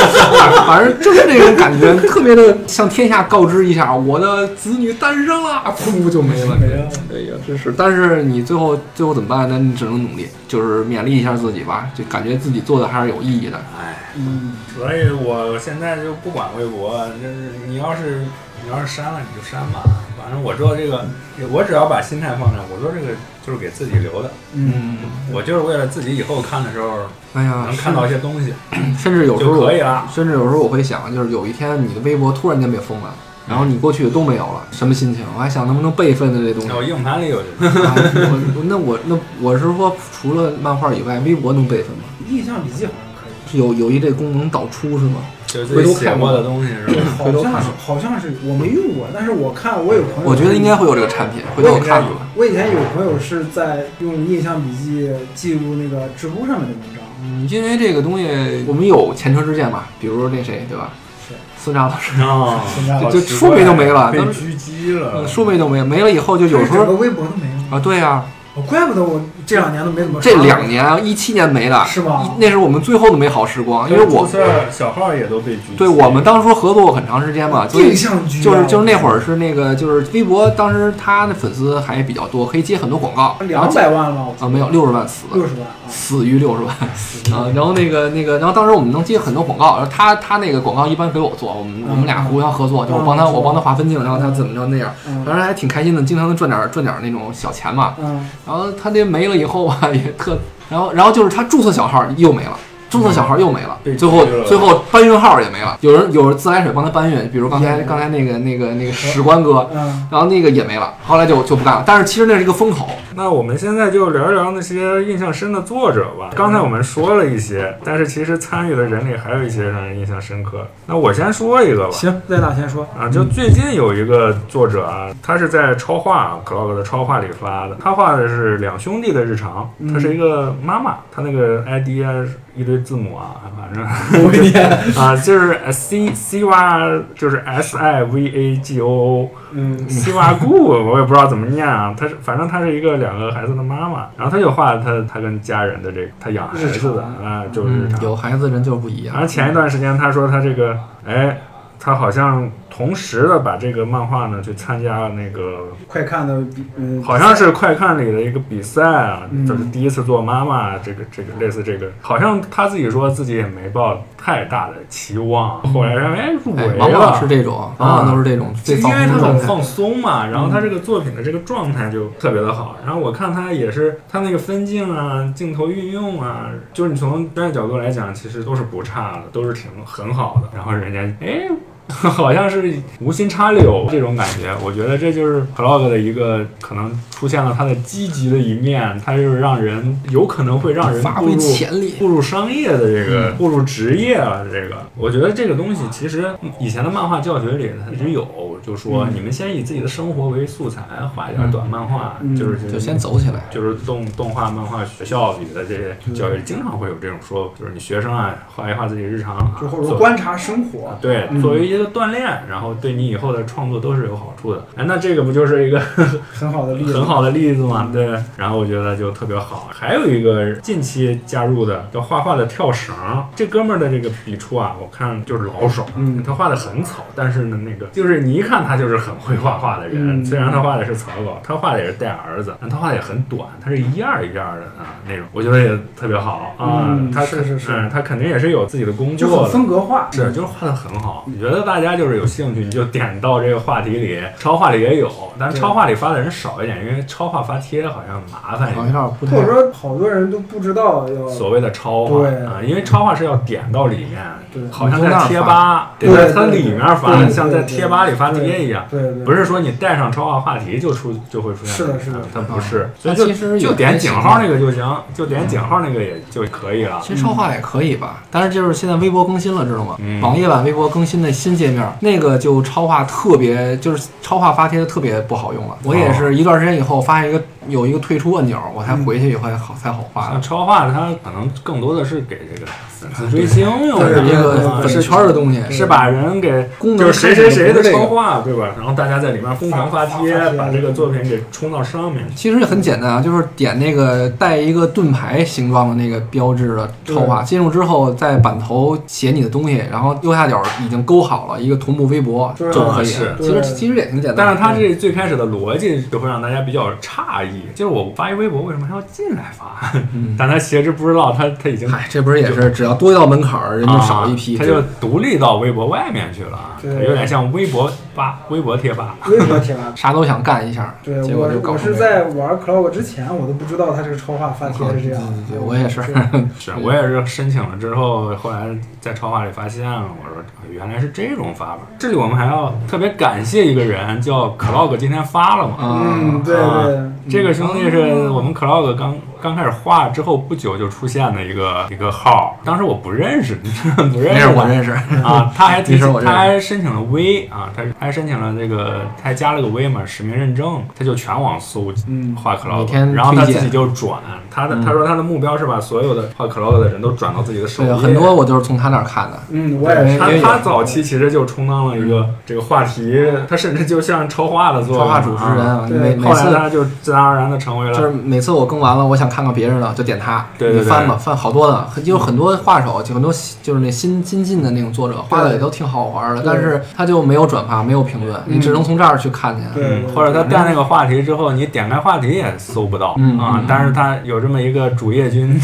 Speaker 1: 反正就是那种感觉，特别的向天下告知一下，我的子女诞生了，噗就没了。
Speaker 2: 没了
Speaker 1: 哎呀，真是！但是你最后最后怎么办？那你只能努力，就是勉励一下自己吧，就感觉自己做的还是有意义的。
Speaker 4: 哎，
Speaker 2: 嗯，
Speaker 4: 所以我现在就不管微博，就是你要是你要是删了你就删吧，反正我做这个，我只要把心态放那，我做这个就是给自己留的，
Speaker 2: 嗯，
Speaker 4: 我就是为了自己以后看的时候
Speaker 1: 哎呀
Speaker 4: 能，看到一些东西
Speaker 1: 甚至有时候
Speaker 4: 就
Speaker 1: 我
Speaker 4: 可以了。
Speaker 1: 甚至有时候我会想，就是有一天你的微博突然间被封了，然后你过去的都没有了，什么心情？我还想能不能备份的这东西
Speaker 4: 那。我硬盘 里有这个，
Speaker 1: 啊我那我那我是说，除了漫画以外，微博能备份吗？
Speaker 2: 印象笔记好像可以，
Speaker 1: 是有有一这功能导出是吗？
Speaker 4: 就是自己写过的东西是吧？
Speaker 2: 好像是好像是我没用过，但是我看我有朋友，
Speaker 1: 我觉得应该会有这个产品，回头我看看吧。
Speaker 2: 我以前有朋友是在用印象笔记记录那个知乎上面的文章，
Speaker 1: 嗯，因为这个东西我们有前车之鉴嘛，比如那谁对吧？
Speaker 2: 是
Speaker 1: 孙扎老师，
Speaker 4: 哦
Speaker 1: 啊就就说没就没了
Speaker 4: 被
Speaker 1: 当时嗯
Speaker 4: 狙击了，
Speaker 1: 说没就没没了以后就有时
Speaker 2: 整个
Speaker 1: 候
Speaker 2: 微博都没有，
Speaker 1: 啊，对呀，
Speaker 2: 我怪不得我这两年都没怎么
Speaker 1: 这两年一七年没的，
Speaker 2: 是吗
Speaker 1: 一那是我们最后的美好时光，因为我
Speaker 4: 注册小号也都被狙击了，
Speaker 1: 对我们当初合作过很长时间嘛，所以
Speaker 2: 印象局啊
Speaker 1: 就是就是那
Speaker 2: 儿
Speaker 1: 会儿是那个就是微博，当时他的粉丝还比较多，可以接很多广告，然后
Speaker 2: 两百万了，
Speaker 1: 啊，没有六十万死的，
Speaker 2: 六十万啊，
Speaker 1: 死于六十万啊。然后那个那个，然后当时我们能接很多广告，然后他他那个广告一般给我做，我们
Speaker 2: 嗯
Speaker 1: 我们俩互相合作，就我帮他我帮他划分镜，然后他怎么着那样，
Speaker 2: 嗯
Speaker 1: 当时还挺开心的，经常能赚点赚点那种小钱嘛。
Speaker 2: 嗯，
Speaker 1: 然后他那没了以后啊，也特，然后然后就是他注册小号又没了。注册小号又没了，
Speaker 4: 嗯被
Speaker 1: 最后
Speaker 4: 拒绝了
Speaker 1: 最后搬运号也没了。有人有人自来水帮他搬运，比如刚才
Speaker 4: 嗯
Speaker 2: 也
Speaker 1: 刚才那个那个那个史官哥，
Speaker 2: 嗯，
Speaker 1: 然后那个也没了，后来就就不干了。但是其实那是一个风口，
Speaker 4: 那我们现在就聊一聊那些印象深的作者吧。刚才我们说了一些，但是其实参与的人里还有一些让人印象深刻。那我先说一个吧。
Speaker 2: 行，赖大先说，
Speaker 4: 啊，就最近有一个作者啊，他是在超话 Clog 的超话里发的，他画的是两兄弟的日常，他是一个妈妈，他那个 ID 啊一堆字母啊，反正 啊就是 C C 哇，就是 S I V A G O O，
Speaker 2: 嗯
Speaker 4: 西瓦固， 我也不知道怎么念啊。她是，反正她是一个两个孩子的妈妈，然后她就画了她她跟家人的这个，她养孩子的啊，就是日常。
Speaker 1: 嗯有孩子人就是不一样
Speaker 4: 然。后前一段时间她说她这个，哎，她好像同时的把这个漫画呢去参加了那个，
Speaker 2: 快看的比嗯，
Speaker 4: 好像是快看里的一个比赛啊，
Speaker 2: 嗯
Speaker 4: 就是第一次做妈妈，这个
Speaker 1: 嗯
Speaker 4: 这个类似这个，好像她自己说自己也没抱太大的期望，后来认为哎入
Speaker 1: 哎
Speaker 4: 围，
Speaker 1: 往
Speaker 4: 了
Speaker 1: 往是。这种，往往都是这种最
Speaker 4: 就因
Speaker 1: 放
Speaker 4: 为
Speaker 1: 松
Speaker 4: 他
Speaker 1: 的状
Speaker 4: 很
Speaker 1: 态。
Speaker 4: 放松嘛，然后他这个作品的这个状态就特别的好。然后我看他也是他那个分镜啊、镜头运用啊，就是你从专业角度来讲，其实都是不差的，都是挺很好的。然后人家哎。 好像是无心插柳这种感觉。我觉得这就是 Plog 的一个可能出现了它的积极的一面，它就是让人有可能会让人
Speaker 1: 发
Speaker 4: 步
Speaker 1: 挥
Speaker 4: 入
Speaker 1: 潜力。
Speaker 4: 步入商业的这个
Speaker 2: 嗯
Speaker 4: 步入职业了，这个我觉得这个东西其实嗯以前的漫画教学里它一直有，就说你们先以自己的生活为素材画一点短漫画，
Speaker 2: 嗯嗯
Speaker 4: 就是
Speaker 1: 就先走起来，
Speaker 4: 就是动动画、漫画学校里的这些教育，经常会有这种说，就是你学生啊，画一画自己日常啊，
Speaker 2: 就或者说
Speaker 4: 做
Speaker 2: 观察生活，
Speaker 4: 对，
Speaker 2: 嗯
Speaker 4: 作为一个锻炼，然后对你以后的创作都是有好处的。哎，那这个不就是一个
Speaker 2: 很好的嗯例子，
Speaker 4: 很好的例子嘛？对，然后我觉得就特别好。还有一个近期加入的叫画画的跳绳，这哥们儿的这个笔触啊，我看就是老手，
Speaker 2: 嗯
Speaker 4: 他画的很草，但是呢，那个就是你一看他就是很会画画的人。
Speaker 2: 嗯
Speaker 4: 虽然他画的是草稿，他画的也是带儿子，但他画的也很短，他是一样一样的啊那种，我觉得也特别好啊。
Speaker 2: 嗯
Speaker 4: 他
Speaker 2: 是是是
Speaker 4: 嗯他肯定也是有自己的工
Speaker 2: 就
Speaker 4: 作
Speaker 2: 很
Speaker 4: 的。
Speaker 2: 风格化，
Speaker 4: 是，就是画的很好。我觉得大家就是有兴趣，你就点到这个话题里。超话里也有，但是
Speaker 2: 对
Speaker 4: 超话里发的人少一点，因为超话发贴好像麻烦一
Speaker 1: 好
Speaker 4: 点。
Speaker 1: 像不太
Speaker 2: 或者说好多人都不知道要
Speaker 4: 所谓的超话
Speaker 2: 对
Speaker 4: 啊，因为超话是要点到里面，
Speaker 2: 对
Speaker 4: 好像在贴吧
Speaker 2: 对
Speaker 4: 得在
Speaker 2: 对
Speaker 4: 它
Speaker 2: 对
Speaker 4: 里面
Speaker 2: 对
Speaker 4: 发，
Speaker 2: 对
Speaker 4: 像在
Speaker 2: 对
Speaker 4: 贴吧里发
Speaker 2: 对
Speaker 4: 贴一样。
Speaker 2: 对对，
Speaker 4: 不是说你带上超话话题就出就会出现，啊
Speaker 2: 是的是的啊
Speaker 4: 它不是，所以
Speaker 1: 那其
Speaker 4: 就
Speaker 1: 实
Speaker 4: 就
Speaker 1: 有
Speaker 4: 点
Speaker 1: 些
Speaker 4: 井
Speaker 1: 情
Speaker 4: 号
Speaker 1: 况
Speaker 4: 那个就行，就点井号那个也就可以了。
Speaker 1: 其实超话也可以吧，但是就是现在微博更新了，知道吗？
Speaker 4: 嗯
Speaker 1: 网页版微博更新的新界面，那个就超话特别，就是超话发帖的特别不好用了。我也
Speaker 4: 哦
Speaker 1: 是一段时间以后发现一个有一个退出按钮，我
Speaker 4: 嗯
Speaker 1: 才回去以后才好才好发
Speaker 4: 像
Speaker 1: 的。
Speaker 4: 超话它可能更多的是给这个粉丝追星用
Speaker 1: 它
Speaker 4: 的，
Speaker 1: 是一
Speaker 4: 啊
Speaker 1: 个粉圈的东西，
Speaker 4: 是把人给
Speaker 1: 功
Speaker 4: 就
Speaker 1: 能
Speaker 4: 是谁谁谁的
Speaker 1: 这个。
Speaker 4: 超话，对吧？然后大家在里面疯狂发贴
Speaker 2: 发发，贴
Speaker 4: 把这个作品给冲到上面去。
Speaker 1: 其实也很简单啊，就是点那个带一个盾牌形状的那个标志的超话，进入之后在版头写你的东西，然后右下角已经勾好了一个同步微博
Speaker 2: 对
Speaker 1: 就可以
Speaker 4: 是
Speaker 1: 了。其实
Speaker 2: 对
Speaker 1: 其实也挺简单的，
Speaker 4: 但是他这最开始的逻辑就会让大家比较诧异，就是我发一微博为什么还要进来发？
Speaker 1: 嗯哎
Speaker 4: 但他其实不知道他他已经啊
Speaker 1: 嗨，这不是也是只要多一道门槛儿，人就少一批。
Speaker 4: 啊他就独立到微博外面去了啊，
Speaker 2: 对
Speaker 4: 有点像微博吧，微博贴吧。
Speaker 2: 微博贴吧。
Speaker 1: 啥都想干一下，
Speaker 2: 对
Speaker 1: 结
Speaker 2: 我
Speaker 1: 果就，搞
Speaker 2: 我
Speaker 1: 成
Speaker 2: 是
Speaker 1: 这样嗯
Speaker 2: 在玩 Clog 之前，我都不知道它这个超话发帖是这样的。
Speaker 1: 对对对我也是
Speaker 4: 是啊我也是申请了之后，后来在超话里发现了，我说啊原来是这种发法。这里我们还要特别感谢一个人，叫 Clog，今天发了嘛。
Speaker 1: 啊
Speaker 2: 嗯，，对对
Speaker 4: 啊，这个兄弟是我们 Clog 刚刚开始画之后不久就出现的一个一个号，当时我不认识， 不
Speaker 1: 没
Speaker 4: 认识
Speaker 1: 事，
Speaker 4: 他
Speaker 1: 我认识。
Speaker 4: 啊，他还提
Speaker 1: 没事
Speaker 4: 醒
Speaker 1: 我认识
Speaker 4: 他还申请了 V 啊，他他还申请了这个，他还加了个 V 嘛，实名认证，他就全网搜
Speaker 2: 嗯
Speaker 4: 画 clog，、
Speaker 1: 每天
Speaker 4: 然后他
Speaker 1: 推
Speaker 4: 自
Speaker 1: 荐嗯
Speaker 4: 己就转，他的、他说他的目标是把所有的画 clog 的人都转到自己的首
Speaker 1: 对，
Speaker 4: 页，
Speaker 1: 很多我都是从他那儿看的。
Speaker 2: 嗯，我也是。
Speaker 4: 他
Speaker 1: 也有嗯
Speaker 4: 他早期其实就充当了一个这个话题，他甚至就像超话的作
Speaker 1: 超
Speaker 4: 用
Speaker 1: 话主持人，
Speaker 4: 啊
Speaker 1: 啊，
Speaker 2: 对
Speaker 1: 每每
Speaker 4: 后来
Speaker 1: 次
Speaker 4: 他就自然而然的
Speaker 2: 嗯
Speaker 4: 成为
Speaker 1: 就是
Speaker 4: 了。
Speaker 1: 每次我更完了，我想看看别人的，就点他。
Speaker 4: 对对对
Speaker 1: 你翻吧，翻好多的，很有很多画手，就很多就是那新新进的那种作者，画的也都挺好玩的，
Speaker 2: 对
Speaker 1: 但是他就没有转发，没有评论，
Speaker 2: 嗯
Speaker 1: 你只能从这儿去看去。
Speaker 2: 对
Speaker 4: 嗯，或者他带那个话题之后，你点开话题也搜不到、
Speaker 1: 嗯
Speaker 4: 啊。但是他有这么一个主页君，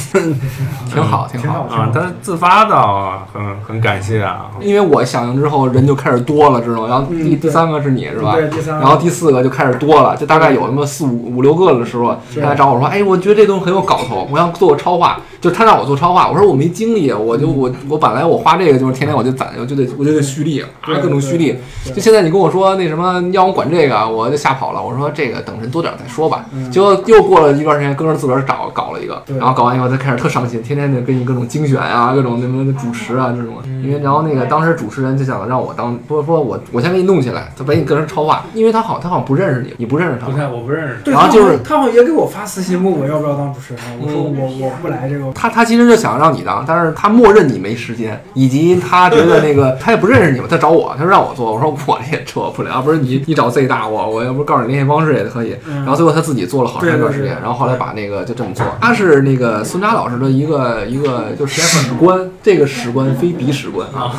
Speaker 1: 挺好，挺
Speaker 2: 挺
Speaker 1: 好
Speaker 2: 好。
Speaker 4: 啊，他自发的啊，很很感谢啊。
Speaker 1: 因为我响应之后，人就开始多了，知道吗？然后
Speaker 2: 嗯
Speaker 1: 第第
Speaker 2: 对
Speaker 1: 三个是你是吧？
Speaker 2: 对，第三个，
Speaker 1: 然后第四个就开始多了，就大概有那么四五五六个的时候，
Speaker 2: 是
Speaker 1: 他来找我说：“哎，我觉得这东西很有搞头，我想做个超话。”就是他让我做超话，我说我没精力，我就我我本来我画这个就是天天我就攒，我就得我就得蓄力啊，
Speaker 2: 对
Speaker 1: 各种蓄力。，
Speaker 2: 对
Speaker 1: 就
Speaker 2: 对
Speaker 1: 现在你跟我说那什么让我管这个，我就吓跑了。我说这个等人多点儿再说吧。
Speaker 2: 嗯
Speaker 1: 结果又过了一段时间，哥们儿自个儿找搞了一个，
Speaker 2: 对
Speaker 1: 然后搞完以后，他开始特上心，天天就给你各种精选啊，各种什么主持啊这种。因为然后那个当时主持人就想让我当，说说我我先给你弄起来，他把你个人超话，因为他好他好像不认识你，你不认识他
Speaker 4: 不。太，我不认识。
Speaker 2: 对
Speaker 1: 然后
Speaker 2: 他
Speaker 1: 就是
Speaker 2: 他好像也给我发私信问我要不要当主持人，我说
Speaker 4: 嗯
Speaker 2: 我我不来这个，
Speaker 1: 他他其实就想让你当，但是他默认你没时间，以及他觉得那个他也不认识你嘛，他找我，他说让我做，我说我也做不了，要不是你你找 Z 大我，我要不告诉你联系方式也可以。
Speaker 2: 嗯
Speaker 1: 然后最后他自己做了好长一段时
Speaker 2: 对
Speaker 1: 间
Speaker 2: 对，对
Speaker 1: 然后后来把那个就这么做。他是那个孙佳老师的一个一个就是史官，这个史官非彼史官啊，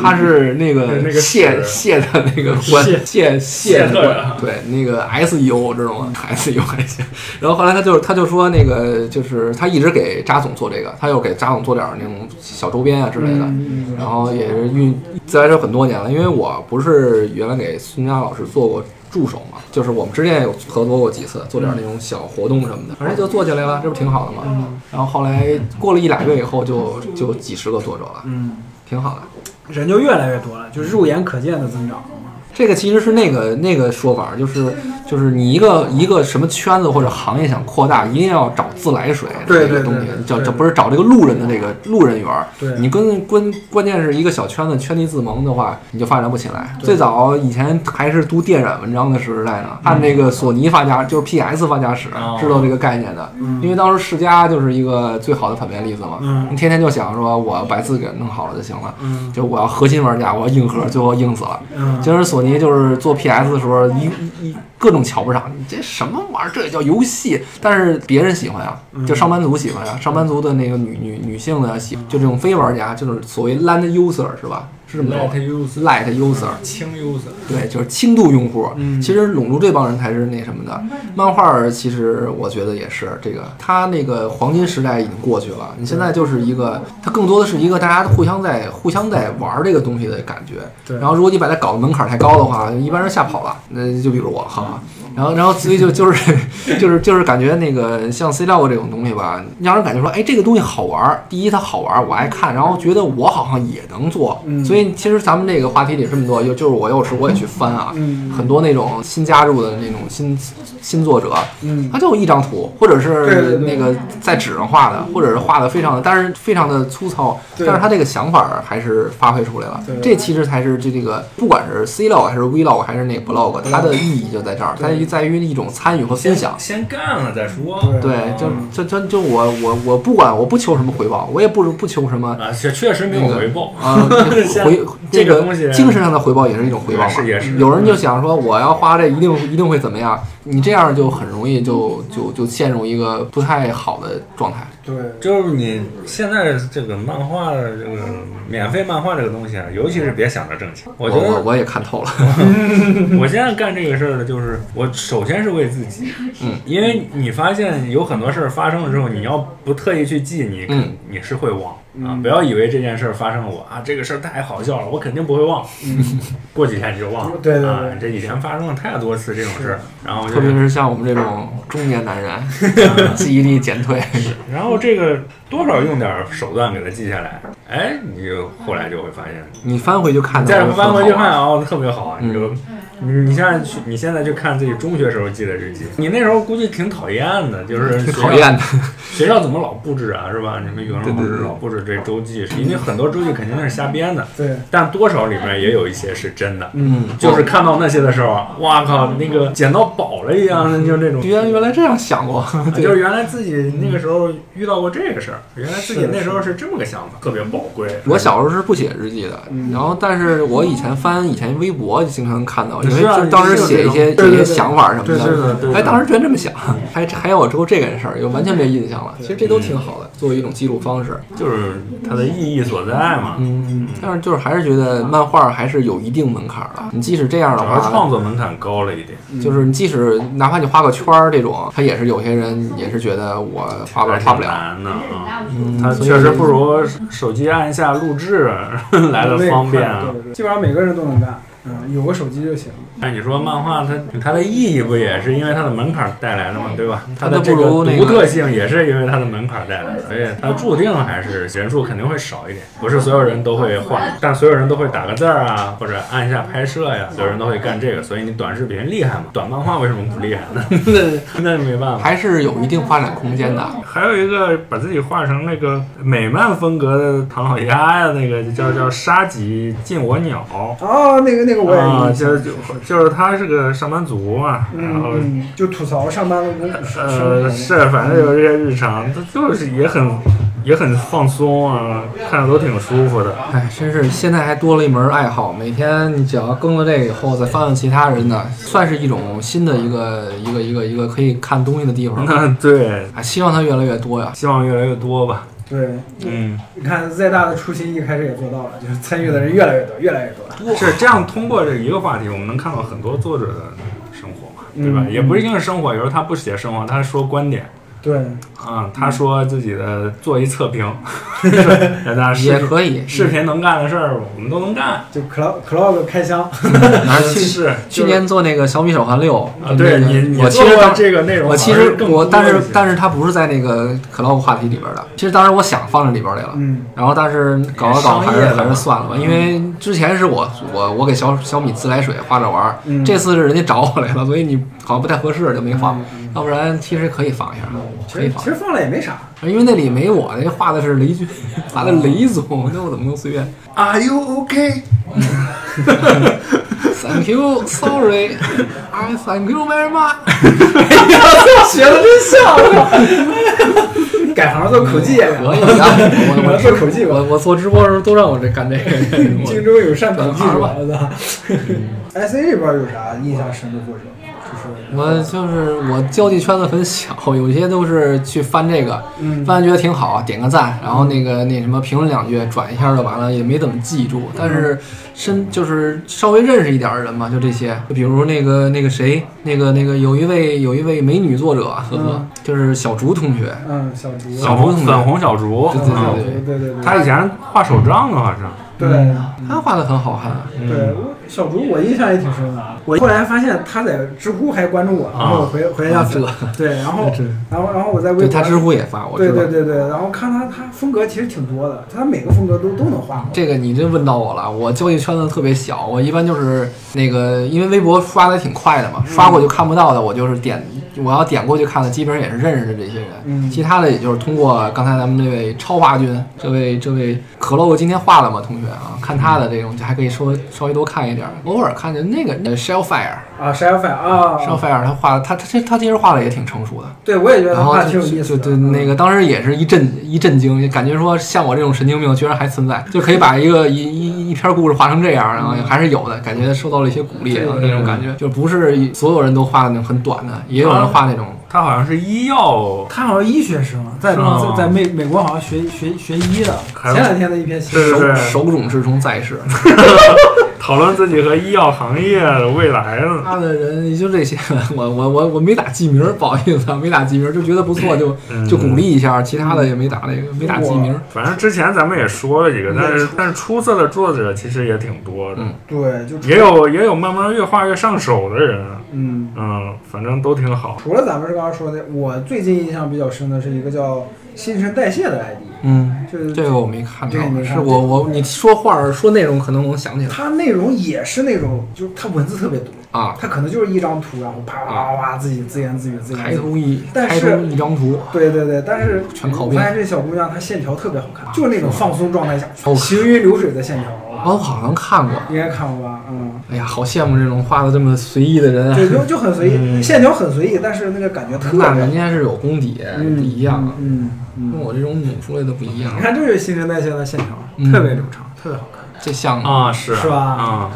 Speaker 1: 他是那个
Speaker 4: 那个
Speaker 1: 谢
Speaker 4: 史
Speaker 1: 谢的那个官
Speaker 4: 谢
Speaker 1: 谢谢的
Speaker 4: 谢特
Speaker 1: 官，对那个 S E O 知道吗？S E O 还行。然后后来他就是他就说那个就是他一直给扎总做这个，他又给扎总做点儿那种小周边啊之类的。
Speaker 2: 嗯，
Speaker 1: 然后也是运自来水很多年了，因为我不是原来给孙佳老师做过助手嘛，就是我们之前有合作过几次，做点那种小活动什么的，反正就做起来了，这不挺好的吗？然后后来过了一俩月以后就，就几十个作者了，
Speaker 2: 嗯，
Speaker 1: 挺好的。
Speaker 2: 人就越来越多了，就肉眼可见的增长了嘛。
Speaker 1: 这个其实是那个那个说法，就是就是你一个一个什么圈子或者行业想扩大，一定要找自来水
Speaker 2: 对
Speaker 1: 这个
Speaker 2: 对
Speaker 1: 东西
Speaker 2: 对对，
Speaker 1: 叫
Speaker 2: 对
Speaker 1: 这不是找这个路人的这个路人缘儿。
Speaker 2: 对
Speaker 1: 你跟关关键是一个小圈子圈地自萌的话，你就发展不起来。
Speaker 2: 对嗯
Speaker 1: 最早以前还是读电染文章的时代呢，按那个索尼发家就是 PS 发家史
Speaker 4: 哦
Speaker 1: 知道这个概念的，
Speaker 2: 嗯
Speaker 1: 因为当时世嘉就是一个最好的反面例子嘛，
Speaker 2: 嗯
Speaker 1: 你天天就想说我要把字给弄好了就行了，
Speaker 2: 嗯
Speaker 1: 就我要核心玩家，我要硬核，最后硬死了。
Speaker 2: 嗯，
Speaker 1: 其实索尼就是做 PS 的时候，一一一各种瞧不上，你这什么玩意儿？这也叫游戏？但是别人喜欢呀，就上班族喜欢呀，啊上班族的那个女女女性的喜，就这种非玩家，就是所谓 land user 是吧？是这么说
Speaker 4: user
Speaker 1: ？light user，
Speaker 4: 轻 user，
Speaker 1: 对，就是轻度用户。
Speaker 2: 嗯
Speaker 1: 其实拢住这帮人才是那什么的。漫画儿其实我觉得也是这个，它那个黄金时代已经过去了，你现在就是一个，它更多的是一个大家互相在互相在玩儿这个东西的感觉。
Speaker 2: 对
Speaker 1: 然后如果你把它搞得门槛太高的话，一般人吓跑了。那就比如我哈。
Speaker 2: 嗯
Speaker 1: 然后，然后，所以就就是就是就是感觉那个像 C 六这种东西吧，让人感觉说，哎，这个东西好玩儿。第一，它好玩儿，我爱看，然后觉得我好像也能做。
Speaker 2: 嗯
Speaker 1: 所以，其实咱们这个话题里这么多，就就是我有时我也去翻啊，
Speaker 2: 嗯
Speaker 1: 很多那种新加入的那种新新作者，
Speaker 2: 嗯
Speaker 1: 他就一张图，或者
Speaker 2: 对对
Speaker 1: 是
Speaker 2: 对
Speaker 1: 那个在纸上画的，或者是画的非常的，但是非常的粗糙，
Speaker 2: 对
Speaker 1: 但是他这个想法儿还是发挥出来了
Speaker 2: 对。
Speaker 1: 这其实才是这这个，不管是 Clog 还是 Vlog 还是那个 Blog，它的意义就在这儿，
Speaker 2: 对
Speaker 1: 它在于在于一种参与和分享。
Speaker 4: 先干了再说。啊
Speaker 1: 对，就就就就我我我不管，我不求什么回报，我也不不求什么
Speaker 4: 啊，确确实没有回报。
Speaker 1: 啊，
Speaker 4: 像
Speaker 1: 回
Speaker 4: 这
Speaker 1: 这
Speaker 4: 个
Speaker 1: 个
Speaker 4: 东西
Speaker 1: 精神上的回报也是一种回报嘛。
Speaker 4: 是也是
Speaker 1: 有人就想说，我要花这一定一定会怎么样？你这样就很容易就就就陷入一个不太好的状态。
Speaker 2: 对，
Speaker 4: 就是你现在这个漫画，这个免费漫画这个东西啊，尤其是别想着挣钱。
Speaker 1: 我
Speaker 4: 我觉得
Speaker 1: 我我也看透了，
Speaker 4: 我现在干这个事儿的就是，我首先是为自己，
Speaker 1: 嗯，
Speaker 4: 因为你发现有很多事儿发生了之后，你要不特意去记，你
Speaker 1: 嗯
Speaker 4: 你是会忘啊。不要以为这件事儿发生了我啊，这个事儿太好笑了，我肯定不会忘。过几天你就忘了。
Speaker 2: 对对对
Speaker 4: 啊，这以前发生了太多次这种事儿，然后
Speaker 1: 特
Speaker 4: 就
Speaker 1: 别
Speaker 4: 是
Speaker 1: 是像我们这种中年男 人，记忆力减退。
Speaker 4: 然后这个多少用点手段给它记下来，哎，你就后来就会发现，
Speaker 1: 你翻回去看，
Speaker 4: 你再翻回去看，哦，特别好，
Speaker 1: 嗯
Speaker 4: 你就。你你现在去，你现在去看自己中学时候记的日记，你那时候估计挺讨厌的，就是 学校
Speaker 1: 讨厌的。
Speaker 4: 学校怎么老布置啊，是吧？你们语文老师老布置这周记，因为很多周记肯定是瞎编的，
Speaker 2: 对，
Speaker 4: 但多少里面也有一些是真的。
Speaker 2: 嗯，
Speaker 4: 就是看到那些的时候，哇靠，那个捡到宝了一样，那就那种
Speaker 1: 居然原来这样想 过，嗯 对
Speaker 4: 就是原来自己那个时候遇到过这个事儿，原来自己
Speaker 2: 是
Speaker 4: 那时候是这么个想法，特别宝贵。
Speaker 1: 我小时候是不写日记的，
Speaker 2: 嗯
Speaker 1: 然后但是我以前翻以前微博经常看到，因为
Speaker 4: 是啊
Speaker 1: 就当时写一些写一
Speaker 2: 对对
Speaker 1: 些
Speaker 2: 对
Speaker 1: 想法什么
Speaker 2: 对对对
Speaker 4: 对对
Speaker 1: 哎，当时居然这么想，还还有之后这个事儿，就完全没印象了。其实这都挺好的，作为一种记录方式。
Speaker 4: 就是它的意义所在嘛。
Speaker 1: 嗯，但是就是还是觉得漫画还是有一定门槛的。你即使这样的
Speaker 4: 主要创
Speaker 1: 话，
Speaker 4: 作门槛高了一点，
Speaker 1: 就是你即使哪怕你画个圈儿这种，他也是有些人也是觉得我画不了
Speaker 4: 还，是
Speaker 1: 画不了。
Speaker 4: 难的啊。
Speaker 1: 嗯
Speaker 4: 它
Speaker 1: 所以
Speaker 4: 确实不如手机按一下录制
Speaker 1: 嗯
Speaker 4: 来的方便啊。
Speaker 2: 对对对基本上每个人都能干，嗯，有个手机就行。
Speaker 4: 那哎你说漫画它它的意义不也是因为它的门槛带来的嘛，对吧？它
Speaker 1: 嗯
Speaker 4: 的
Speaker 1: 它
Speaker 4: 这
Speaker 1: 都不
Speaker 4: 个
Speaker 1: 如那个
Speaker 4: 独特性也是因为它的门槛带来的，所以它注定还是人数肯定会少一点。不是所有人都会画，但所有人都会打个字儿啊，或者按一下拍摄呀，所有人都会干这个。所以你短视频厉害嘛？短漫画为什么不厉害呢？ 那那没办法。
Speaker 1: 还是有一定发展空间的。
Speaker 4: 还有一个把自己画成那个美漫风格的唐老鸭呀，那个叫叫沙棘近我鸟。
Speaker 2: 啊，那个那个我也
Speaker 4: 啊，
Speaker 2: 有印象
Speaker 4: 就就就是他是个上班族嘛，然后
Speaker 2: 嗯，嗯就吐槽上班的工
Speaker 4: 呃，是，反正有这些日常，他就是也很也很放松啊，看着都挺舒服的。
Speaker 1: 哎，真是现在还多了一门爱好，每天你只要更了这个以后，再翻翻其他人的，算是一种新的一个一个一个一个可以看东西的地方。
Speaker 4: 那对，
Speaker 1: 啊，希望它越来越多呀。
Speaker 4: 希望越来越多吧。
Speaker 2: 对，
Speaker 4: 嗯，
Speaker 2: 你看再大的初心一开始也做到了，就是参与的人越来越多，越来越多。
Speaker 4: 嗯是这样，通过这一个话题，我们能看到很多作者的生活嘛，对吧？
Speaker 2: 嗯
Speaker 4: 也不一定是生活，有时候他不写生活，他说观点。
Speaker 2: 对，
Speaker 4: 啊，
Speaker 1: 嗯
Speaker 4: 他说自己的做一测 评，让大家视
Speaker 1: 也
Speaker 4: 频
Speaker 1: 可以。
Speaker 4: 视频能干的事儿，我们都能干。
Speaker 2: 就 club club 开箱，
Speaker 1: 拿去
Speaker 4: 是
Speaker 1: 去年做那个小米手环六
Speaker 4: 呃啊，对你你
Speaker 1: 我其
Speaker 4: 做
Speaker 1: 实
Speaker 4: 过
Speaker 1: 当
Speaker 4: 这个内容，
Speaker 1: 我其实我，但是但
Speaker 4: 是
Speaker 1: 是它不是在那个 club 话题里边的。其实当时我想放这里边来了，
Speaker 2: 嗯，
Speaker 1: 然后但是搞了搞还
Speaker 4: 哎商业
Speaker 1: 是
Speaker 4: 的嘛嗯
Speaker 1: 还是算了吧，因为之前是我我我给小小米自来水画着玩儿，
Speaker 2: 嗯
Speaker 1: 这次是人家找我来了，所以你好像不太合适就没放
Speaker 2: 嗯，嗯
Speaker 1: 要不然其实可以放一下，
Speaker 4: 嗯
Speaker 2: 其
Speaker 1: 可以
Speaker 2: 实
Speaker 1: 放
Speaker 2: 其。实放了也没啥，
Speaker 1: 因为那里没我，那画的是雷军，画的雷总，那我怎么能随便
Speaker 4: Are you OK？
Speaker 1: ？Thank you, sorry, I thank you very much。
Speaker 2: 学的真像， 改行做口技 演员
Speaker 1: 可以啊，我
Speaker 2: 我
Speaker 1: 我
Speaker 2: 要做口技吧
Speaker 1: 我我做直播的时候都让我这干这 个，
Speaker 2: 荆州有善口技
Speaker 1: 转行
Speaker 2: 术，
Speaker 1: 吧
Speaker 2: 我操
Speaker 1: 嗯
Speaker 2: ！S A 这边有啥印象深的作者？就是
Speaker 1: 我就是我交际圈子很小，有些都是去翻这个，
Speaker 2: 嗯
Speaker 1: 翻完觉得挺好，点个赞，然后那个那什么评论两句，转一下就完了，也没怎么记住。但
Speaker 2: 嗯
Speaker 1: 是深就是稍微认识一点的人嘛，就这些，就比如那个那个谁，那个那个有一位有一位美女作者啊，呵呵
Speaker 2: 嗯，
Speaker 1: 就是小竹同学，
Speaker 2: 嗯，小竹，
Speaker 4: 小
Speaker 1: 竹
Speaker 4: 红
Speaker 1: 同学
Speaker 4: 粉红小竹，
Speaker 1: 对对对
Speaker 4: 嗯
Speaker 1: 对
Speaker 2: 对对对对，
Speaker 4: 他以前画手账的，啊好像。
Speaker 2: 对
Speaker 1: 她嗯画的很好看，啊
Speaker 2: 对，我小竹我印象也挺深的。啊我后来发现他在知乎还关注我，然后我回回家粉
Speaker 1: 啊，
Speaker 2: 对，然 后
Speaker 1: 这
Speaker 2: 然后然后我在微
Speaker 1: 对
Speaker 2: 博，
Speaker 1: 她知乎也发，我知
Speaker 2: 对
Speaker 1: 道。
Speaker 2: 对对对，然后看他他风格其实挺多的，他每个风格都都能画。
Speaker 1: 这个你真问到我了，我交际圈子特别小，我一般就是那个，因为微博刷的挺快的嘛，刷过就看不到的，我就是点，我要点过去看的，基本上也是认识的这些人，
Speaker 2: 嗯
Speaker 1: 其他的也就是通过刚才咱们这位超华君，这位这位可乐，我今天画了吗？同学啊，看他的这种就还可以稍微稍微多看一点，偶尔看见那个呃 Shellfire。
Speaker 2: 啊 s h e l f i 啊，
Speaker 1: Shellfire 他画的，他他他他其实画的也挺成熟的，
Speaker 2: 对我也觉得他
Speaker 1: 然后
Speaker 2: 画得挺
Speaker 1: 就
Speaker 2: 有意思
Speaker 1: 就
Speaker 2: 的。嗯
Speaker 1: 对那个当时也是一震一震惊，感觉说像我这种神经病居然还存在，就可以把一个一一一篇故事画成这样，然后还是有的，感觉受到了一些鼓励
Speaker 2: 对
Speaker 1: 啊
Speaker 2: 对
Speaker 1: 那种感觉，就不是所有人都画的那种很短的，也有
Speaker 2: 啊
Speaker 1: 人画那种。
Speaker 4: 他好像是医药，
Speaker 2: 他好像医学生，在
Speaker 4: 是吗
Speaker 2: 在在美美国好像学学学医的。
Speaker 4: 还
Speaker 2: 前
Speaker 4: 有
Speaker 2: 两天的一篇新
Speaker 4: 对
Speaker 2: 闻，
Speaker 4: 对
Speaker 1: 手
Speaker 4: 对，
Speaker 1: 手冢治虫在世，
Speaker 4: 讨论自己和医药行业的未来呢。
Speaker 1: 他的人也就这些。 我我我我没打记名儿，不好意思啊，没打记名儿，就觉得不错，就
Speaker 4: 嗯
Speaker 1: 就鼓励一下，其
Speaker 2: 嗯
Speaker 1: 他的也没打那个，没打记名儿。
Speaker 4: 反正之前咱们也说了几个，但是但是出色的作者其实也挺多的，
Speaker 1: 嗯
Speaker 2: 对，就
Speaker 4: 也有也有慢慢越画越上手的人，
Speaker 2: 嗯，
Speaker 4: 嗯，反正都挺好。
Speaker 2: 除了咱们是刚刚说的，我最近印象比较深的是一个叫新陈代谢的 ID，
Speaker 1: 嗯，
Speaker 2: 就是
Speaker 1: 这个我没看到
Speaker 2: 这个没，看
Speaker 1: 是我我你说话儿说内容可能我能想起来
Speaker 2: 它内容也是那种，就是它文字特别多，
Speaker 1: 啊。
Speaker 2: 它可能就是一张图，然后啪啪啪啪自己自言自语自言
Speaker 1: 开
Speaker 2: 自语。
Speaker 1: 图一
Speaker 2: 嗯但
Speaker 1: 开
Speaker 2: 是
Speaker 1: 图一张图，
Speaker 2: 对对对，但是
Speaker 1: 全拷
Speaker 2: 我
Speaker 1: 贝
Speaker 2: 发现这小姑娘她线条特别好看，就是那种放松状态下
Speaker 1: 哦
Speaker 2: 行云流水的线条，
Speaker 1: 哦，我好像看过。
Speaker 2: 应该看过吧？嗯，
Speaker 1: 哎呀，好羡慕这种画的这么随意的人啊！
Speaker 2: 对，就就很随意，线条很随意，但是那个感觉特别
Speaker 1: 那
Speaker 2: 好。
Speaker 1: 人家是有功底，不
Speaker 2: 嗯
Speaker 1: 一样啊，
Speaker 2: 嗯嗯，
Speaker 1: 跟
Speaker 2: 嗯
Speaker 1: 我这种拧出来的不一样
Speaker 2: 你。看这就是新陈代谢的线条
Speaker 1: 嗯，
Speaker 2: 特别流畅，特别好看。
Speaker 1: 这像
Speaker 4: 啊，是
Speaker 2: 是吧
Speaker 4: 啊，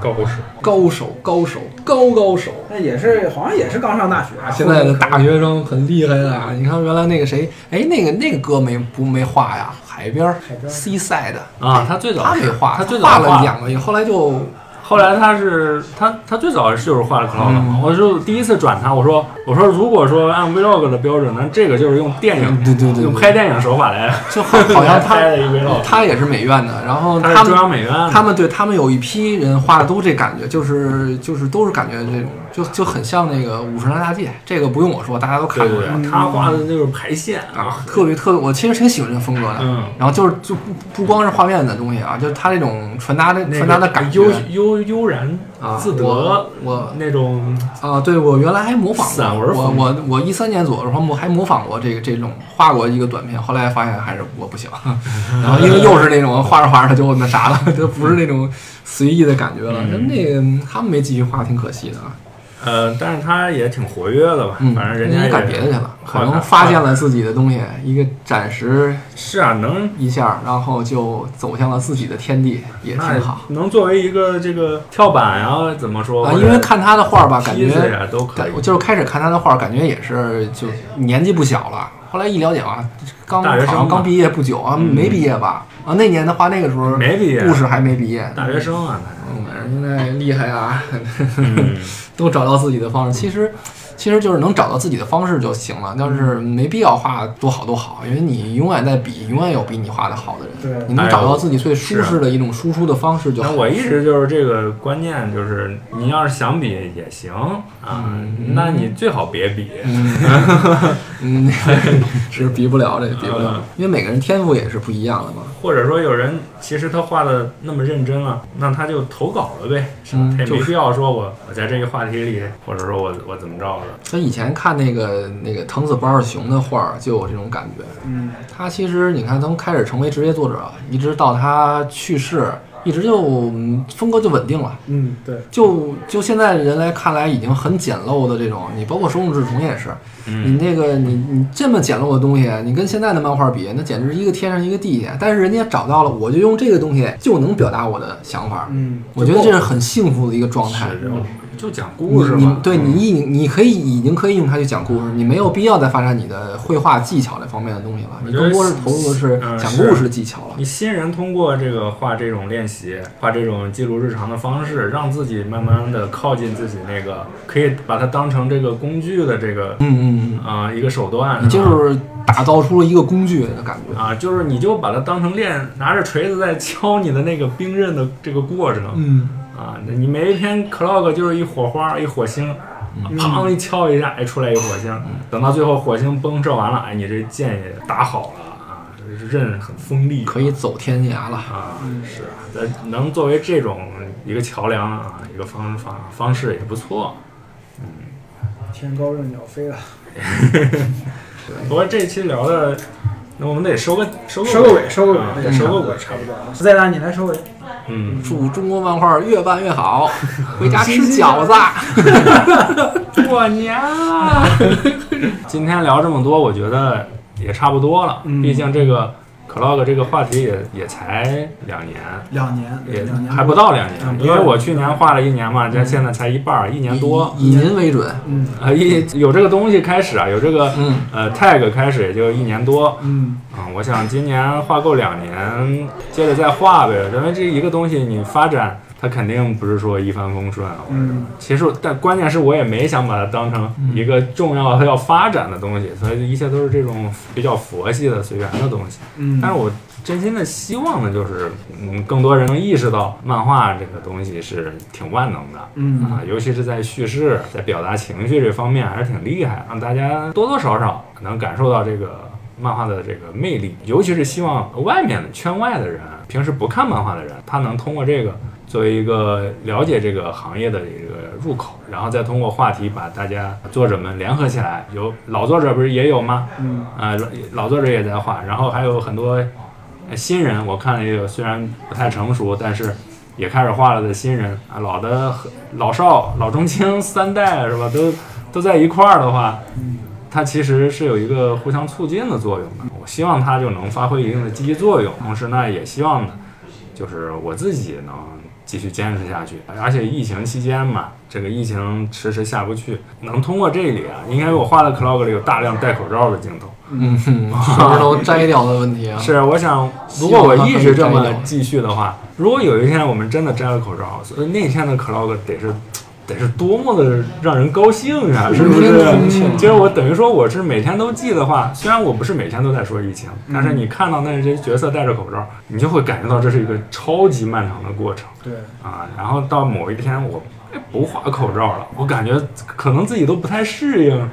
Speaker 4: 高手。
Speaker 1: 嗯高手，高手，高高手。
Speaker 2: 那也是，好像也是刚上大学，
Speaker 1: 啊
Speaker 2: 啊
Speaker 1: 现在的大学生很厉害的啊！你看原来那个谁，哎，那个那个哥没不没画呀？海边儿
Speaker 2: 海边儿
Speaker 1: ，seaside，
Speaker 4: 啊，他最
Speaker 1: 他
Speaker 4: 早
Speaker 1: 没
Speaker 4: 是
Speaker 1: 画，
Speaker 4: 他最早
Speaker 1: 画了，两个，后来就
Speaker 4: 后来他是他他最早就是画了 vlog 嘛，我就第一次转他，我说我说如果说按 vlog 的标准，那这个就是用电影
Speaker 1: 对对对对
Speaker 4: 用拍电影手法来
Speaker 1: 就好好 像
Speaker 4: 拍
Speaker 1: 他
Speaker 4: 了一 vlog，
Speaker 1: 他也是美院的，然后
Speaker 4: 他
Speaker 1: 他
Speaker 4: 是
Speaker 1: 们
Speaker 4: 中央美院的，
Speaker 1: 他们对他们有一批人画的都这感觉，就是就是都是感觉这种，就就很像那个《五十岚大街》，这个不用我说，大家都看
Speaker 4: 对
Speaker 1: 过
Speaker 4: 对
Speaker 1: 呀。
Speaker 4: 对，他画的就是排线
Speaker 1: 啊，特别特别，我其实挺喜欢这风格的。
Speaker 4: 嗯
Speaker 1: 然后就是就不不光是画面的东西啊，就是他这种传达的、
Speaker 4: 那
Speaker 1: 传达的
Speaker 4: 个
Speaker 1: 感觉
Speaker 4: 悠悠悠然
Speaker 1: 啊，
Speaker 4: 自得
Speaker 1: 我我
Speaker 4: 那种
Speaker 1: 啊，对我原来还模仿过
Speaker 4: 散文
Speaker 1: 我
Speaker 4: 风
Speaker 1: 我我一三年左右的时候模还模仿过这个这种画过一个短片，后来发现还是我不行， 然后因为又是那种画着画着就那啥了， 就不是那种随意的感觉了。
Speaker 4: 嗯
Speaker 1: 那那个他们没继续画，挺可惜的啊。
Speaker 4: 呃，但是他也挺活跃的吧，
Speaker 1: 嗯，
Speaker 4: 反正人
Speaker 1: 家
Speaker 4: 家
Speaker 1: 也
Speaker 4: 也
Speaker 1: 干别的去了，可
Speaker 4: 好
Speaker 1: 能
Speaker 4: 像
Speaker 1: 发现了自己的东西，一个暂时
Speaker 4: 是啊，能
Speaker 1: 一下，然后就走向了自己的天地，也挺好。
Speaker 4: 那能作为一个这个跳板啊，怎么说
Speaker 1: 啊，因为看他的画儿吧，感
Speaker 4: 梯子
Speaker 1: 觉
Speaker 4: 呀都可以
Speaker 1: 感，我就是开始看他的画儿，感觉也是就年纪不小了。后来一了解啊，刚
Speaker 4: 大学生
Speaker 1: 好像
Speaker 4: 嘛
Speaker 1: 刚毕业不久啊，
Speaker 4: 嗯
Speaker 1: 没毕业吧？啊，那年的话，那个时候
Speaker 4: 没毕业
Speaker 1: 故事还没毕业。
Speaker 4: 大学生啊，
Speaker 1: 嗯，反正现在厉害啊，
Speaker 4: 嗯，
Speaker 1: 都找到自己的方式。其实其实就是能找到自己的方式就行了。但
Speaker 4: 嗯
Speaker 1: 是没必要画多好多好，因为你永远在比，永远有比你画的好的人。
Speaker 2: 对
Speaker 1: 你能
Speaker 4: 哎
Speaker 1: 找到自己最舒适的一种输出的方式就好。
Speaker 4: 啊那我一直就是这个观念，就是你要是想比也行啊，那你最好别比。
Speaker 1: 嗯，是比不了这，比不了，因为每个人天赋也是不一样的嘛。
Speaker 4: 或者说有人其实他画的那么认真了，那他就投稿了呗，是吧
Speaker 1: 嗯
Speaker 4: 他也
Speaker 1: 就
Speaker 4: 没
Speaker 1: 是
Speaker 4: 必要说我我在这个话题里，或者说我我怎么着的。
Speaker 1: 所以以前看那个那个藤子不二雄的画儿，就有这种感觉。
Speaker 2: 嗯，
Speaker 1: 他其实你看，从开始成为职业作者，一直到他去世，一直就嗯风格就稳定了。
Speaker 2: 嗯，对，
Speaker 1: 就就现在人来看来，已经很简陋的这种，你包括手冢治虫也是，你那个你你这么简陋的东西，你跟现在的漫画比，那简直一个天上一个地下。但是人家找到了，我就用这个东西就能表达我的想法，
Speaker 2: 嗯，
Speaker 1: 我觉得这是很幸福的一个状态。
Speaker 4: 是，就讲
Speaker 1: 你
Speaker 4: 故事
Speaker 1: 嗯你
Speaker 4: 嘛。嗯
Speaker 1: 对你已你可以已经可以用它去讲故事，你没有必要再发展你的绘画技巧这方面的东西了，
Speaker 4: 我
Speaker 1: 你
Speaker 4: 觉得
Speaker 1: 更多是投入的是
Speaker 4: 嗯
Speaker 1: 讲
Speaker 4: 是
Speaker 1: 故事的技巧了。
Speaker 4: 你新人通过这个画这种练习，画这种记录日常的方式，让自己慢慢的靠近自己那个，可以把它当成这个工具的这个
Speaker 1: 嗯嗯
Speaker 4: 啊、一个手段。
Speaker 1: 嗯，你
Speaker 4: 吧
Speaker 1: 就是打造出了一个工具的感觉。
Speaker 4: 啊，就是你就把它当成练，拿着锤子在敲你的那个兵刃的这个过程。
Speaker 2: 嗯，
Speaker 4: 啊，那你每一篇 clog 就是一火花，一火星，砰一敲一下，哎，出来一火星。等到最后火星崩射完了，哎，你这箭也打好了啊，刃很锋利，
Speaker 1: 可以走天涯了。
Speaker 4: 啊，是啊，那能作为这种一个桥梁啊，一个方方方式也不错。
Speaker 2: 天高任鸟飞了，
Speaker 4: 不过这期聊的，那我们得收个收个
Speaker 2: 收个尾，收个尾
Speaker 4: 啊，
Speaker 2: 那
Speaker 4: 得
Speaker 2: 就
Speaker 4: 收
Speaker 2: 差
Speaker 4: 个
Speaker 2: 不多
Speaker 4: 尾，
Speaker 2: 差不多啊。再让你来收尾，
Speaker 4: 嗯，
Speaker 1: 祝中国漫画越办越好，回家吃饺子。
Speaker 4: 过年了。今天聊这么多，我觉得也差不多了。
Speaker 2: 嗯
Speaker 4: 毕竟这个 clog 这个话题也也才两年，
Speaker 2: 两年，
Speaker 4: 也
Speaker 2: 对两年
Speaker 4: 还不到两
Speaker 2: 嗯
Speaker 4: 年，因为我去年画了一年嘛，这现在才一半儿，一年多。
Speaker 1: 以以您为准。
Speaker 2: 嗯
Speaker 4: 啊，一有这个东西开始啊，有这个
Speaker 1: 嗯
Speaker 4: 呃 tag 开始也就一年多啊、
Speaker 2: 嗯，
Speaker 4: 我想今年画够两年，接着再画呗，因为这一个东西你发展，它肯定不是说一帆风顺啊。我觉得
Speaker 2: 嗯
Speaker 4: 其实，但关键是我也没想把它当成一个重要的要发展的东西，所以一切都是这种比较佛系的随缘的东西。
Speaker 2: 嗯，
Speaker 4: 但是我真心的希望呢，就是嗯，更多人能意识到漫画这个东西是挺万能的，
Speaker 2: 嗯
Speaker 4: 啊，尤其是在叙事、在表达情绪这方面还是挺厉害，让大家多多少少能感受到这个。漫画的这个魅力，尤其是希望外面的圈外的人，平时不看漫画的人，他能通过这个作为一个了解这个行业的一个入口，然后再通过话题把大家作者们联合起来。有老作者不是也有吗？
Speaker 2: 嗯
Speaker 4: 呃，老老作者也在画，然后还有很多呃新人，我看了也有，虽然不太成熟，但是也开始画了的新人啊，老的和老少、老中青三代啊是吧，都都在一块儿的话，它其实是有一个互相促进的作用的。我希望它就能发挥一定的积极作用，同时呢，也希望呢，就是我自己能继续坚持下去。而且疫情期间嘛，这个疫情迟迟下不去，能通过这里啊，应该我画的 clog 里有大量戴口罩的镜头。
Speaker 1: 嗯，是不是都摘掉的问题啊？
Speaker 4: 是，我想，如果我一直这么继续的话，如果有一天我们真的摘了口罩，所以那天的 clog 得是。得是多么的让人高兴呀、是不是
Speaker 1: 天空气？
Speaker 4: 就是我等于说我是每天都记的话，虽然我不是每天都在说疫情，但是你看到那些角色戴着口罩，你就会感觉到这是一个超级漫长的过程。
Speaker 2: 对，
Speaker 4: 啊，然后到某一天我哎不画口罩了，我感觉可能自己都不太适应，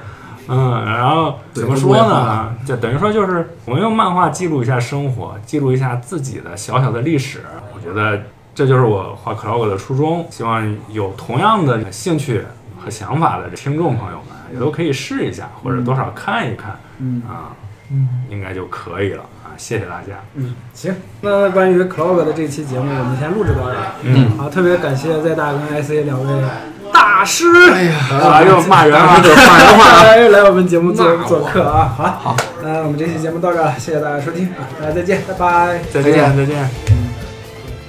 Speaker 4: 嗯，然后怎么说呢？就等于说就是我们用漫画记录一下生活，记录一下自己的小小的历史，我觉得这就是我画 clog 的初衷。希望有同样的兴趣和想法的听众朋友们也都可以试一下，或者多少看一看，
Speaker 2: 嗯
Speaker 4: 啊，
Speaker 2: 嗯
Speaker 4: 应该就可以了啊！谢谢大家，
Speaker 2: 嗯，行，那关于 Clog 的这期节目，我们先录制到这儿。
Speaker 4: 嗯，
Speaker 2: 好，特别感谢在大跟 IC 两位大师，
Speaker 1: 哎呀，
Speaker 4: 啊，又骂人了，
Speaker 1: 骂人话啊！
Speaker 2: 来来我们节目做
Speaker 1: 那我
Speaker 2: 做客啊。好，好，那我们这期节目到这儿了，谢谢大家收听啊，大家再见，拜拜。
Speaker 4: 再见，再见。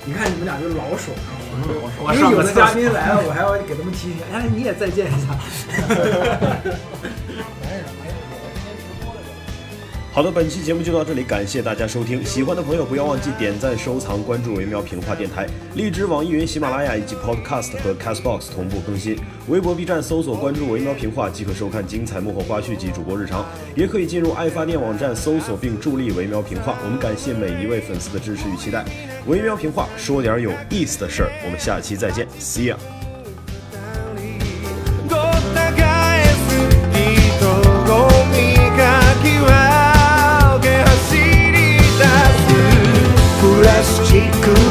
Speaker 2: 你看你们俩就老手，
Speaker 4: 嗯我
Speaker 2: 因为
Speaker 4: 上
Speaker 2: 有
Speaker 4: 个
Speaker 2: 的
Speaker 4: 厕
Speaker 2: 嘉
Speaker 4: 所
Speaker 2: 宾来了，我还要给他们提醒，哎，你也再 见一下。
Speaker 6: 好的，本期节目就到这里，感谢大家收听。喜欢的朋友不要忘记点赞、收藏、关注“维喵评话电台”，荔枝、网易云、喜马拉雅以及 Podcast 和 Castbox 同步更新。微博、B 站搜索关注“维喵评话”即可收看精彩幕后花絮及主播日常，也可以进入爱发电网站搜索并助力“维喵评话”。我们感谢每一位粉丝的支持与期待。维喵评话说点有意思的事儿，我们下期再见，See ya。
Speaker 5: ごった返す人混みかき分け走り出すプラスチック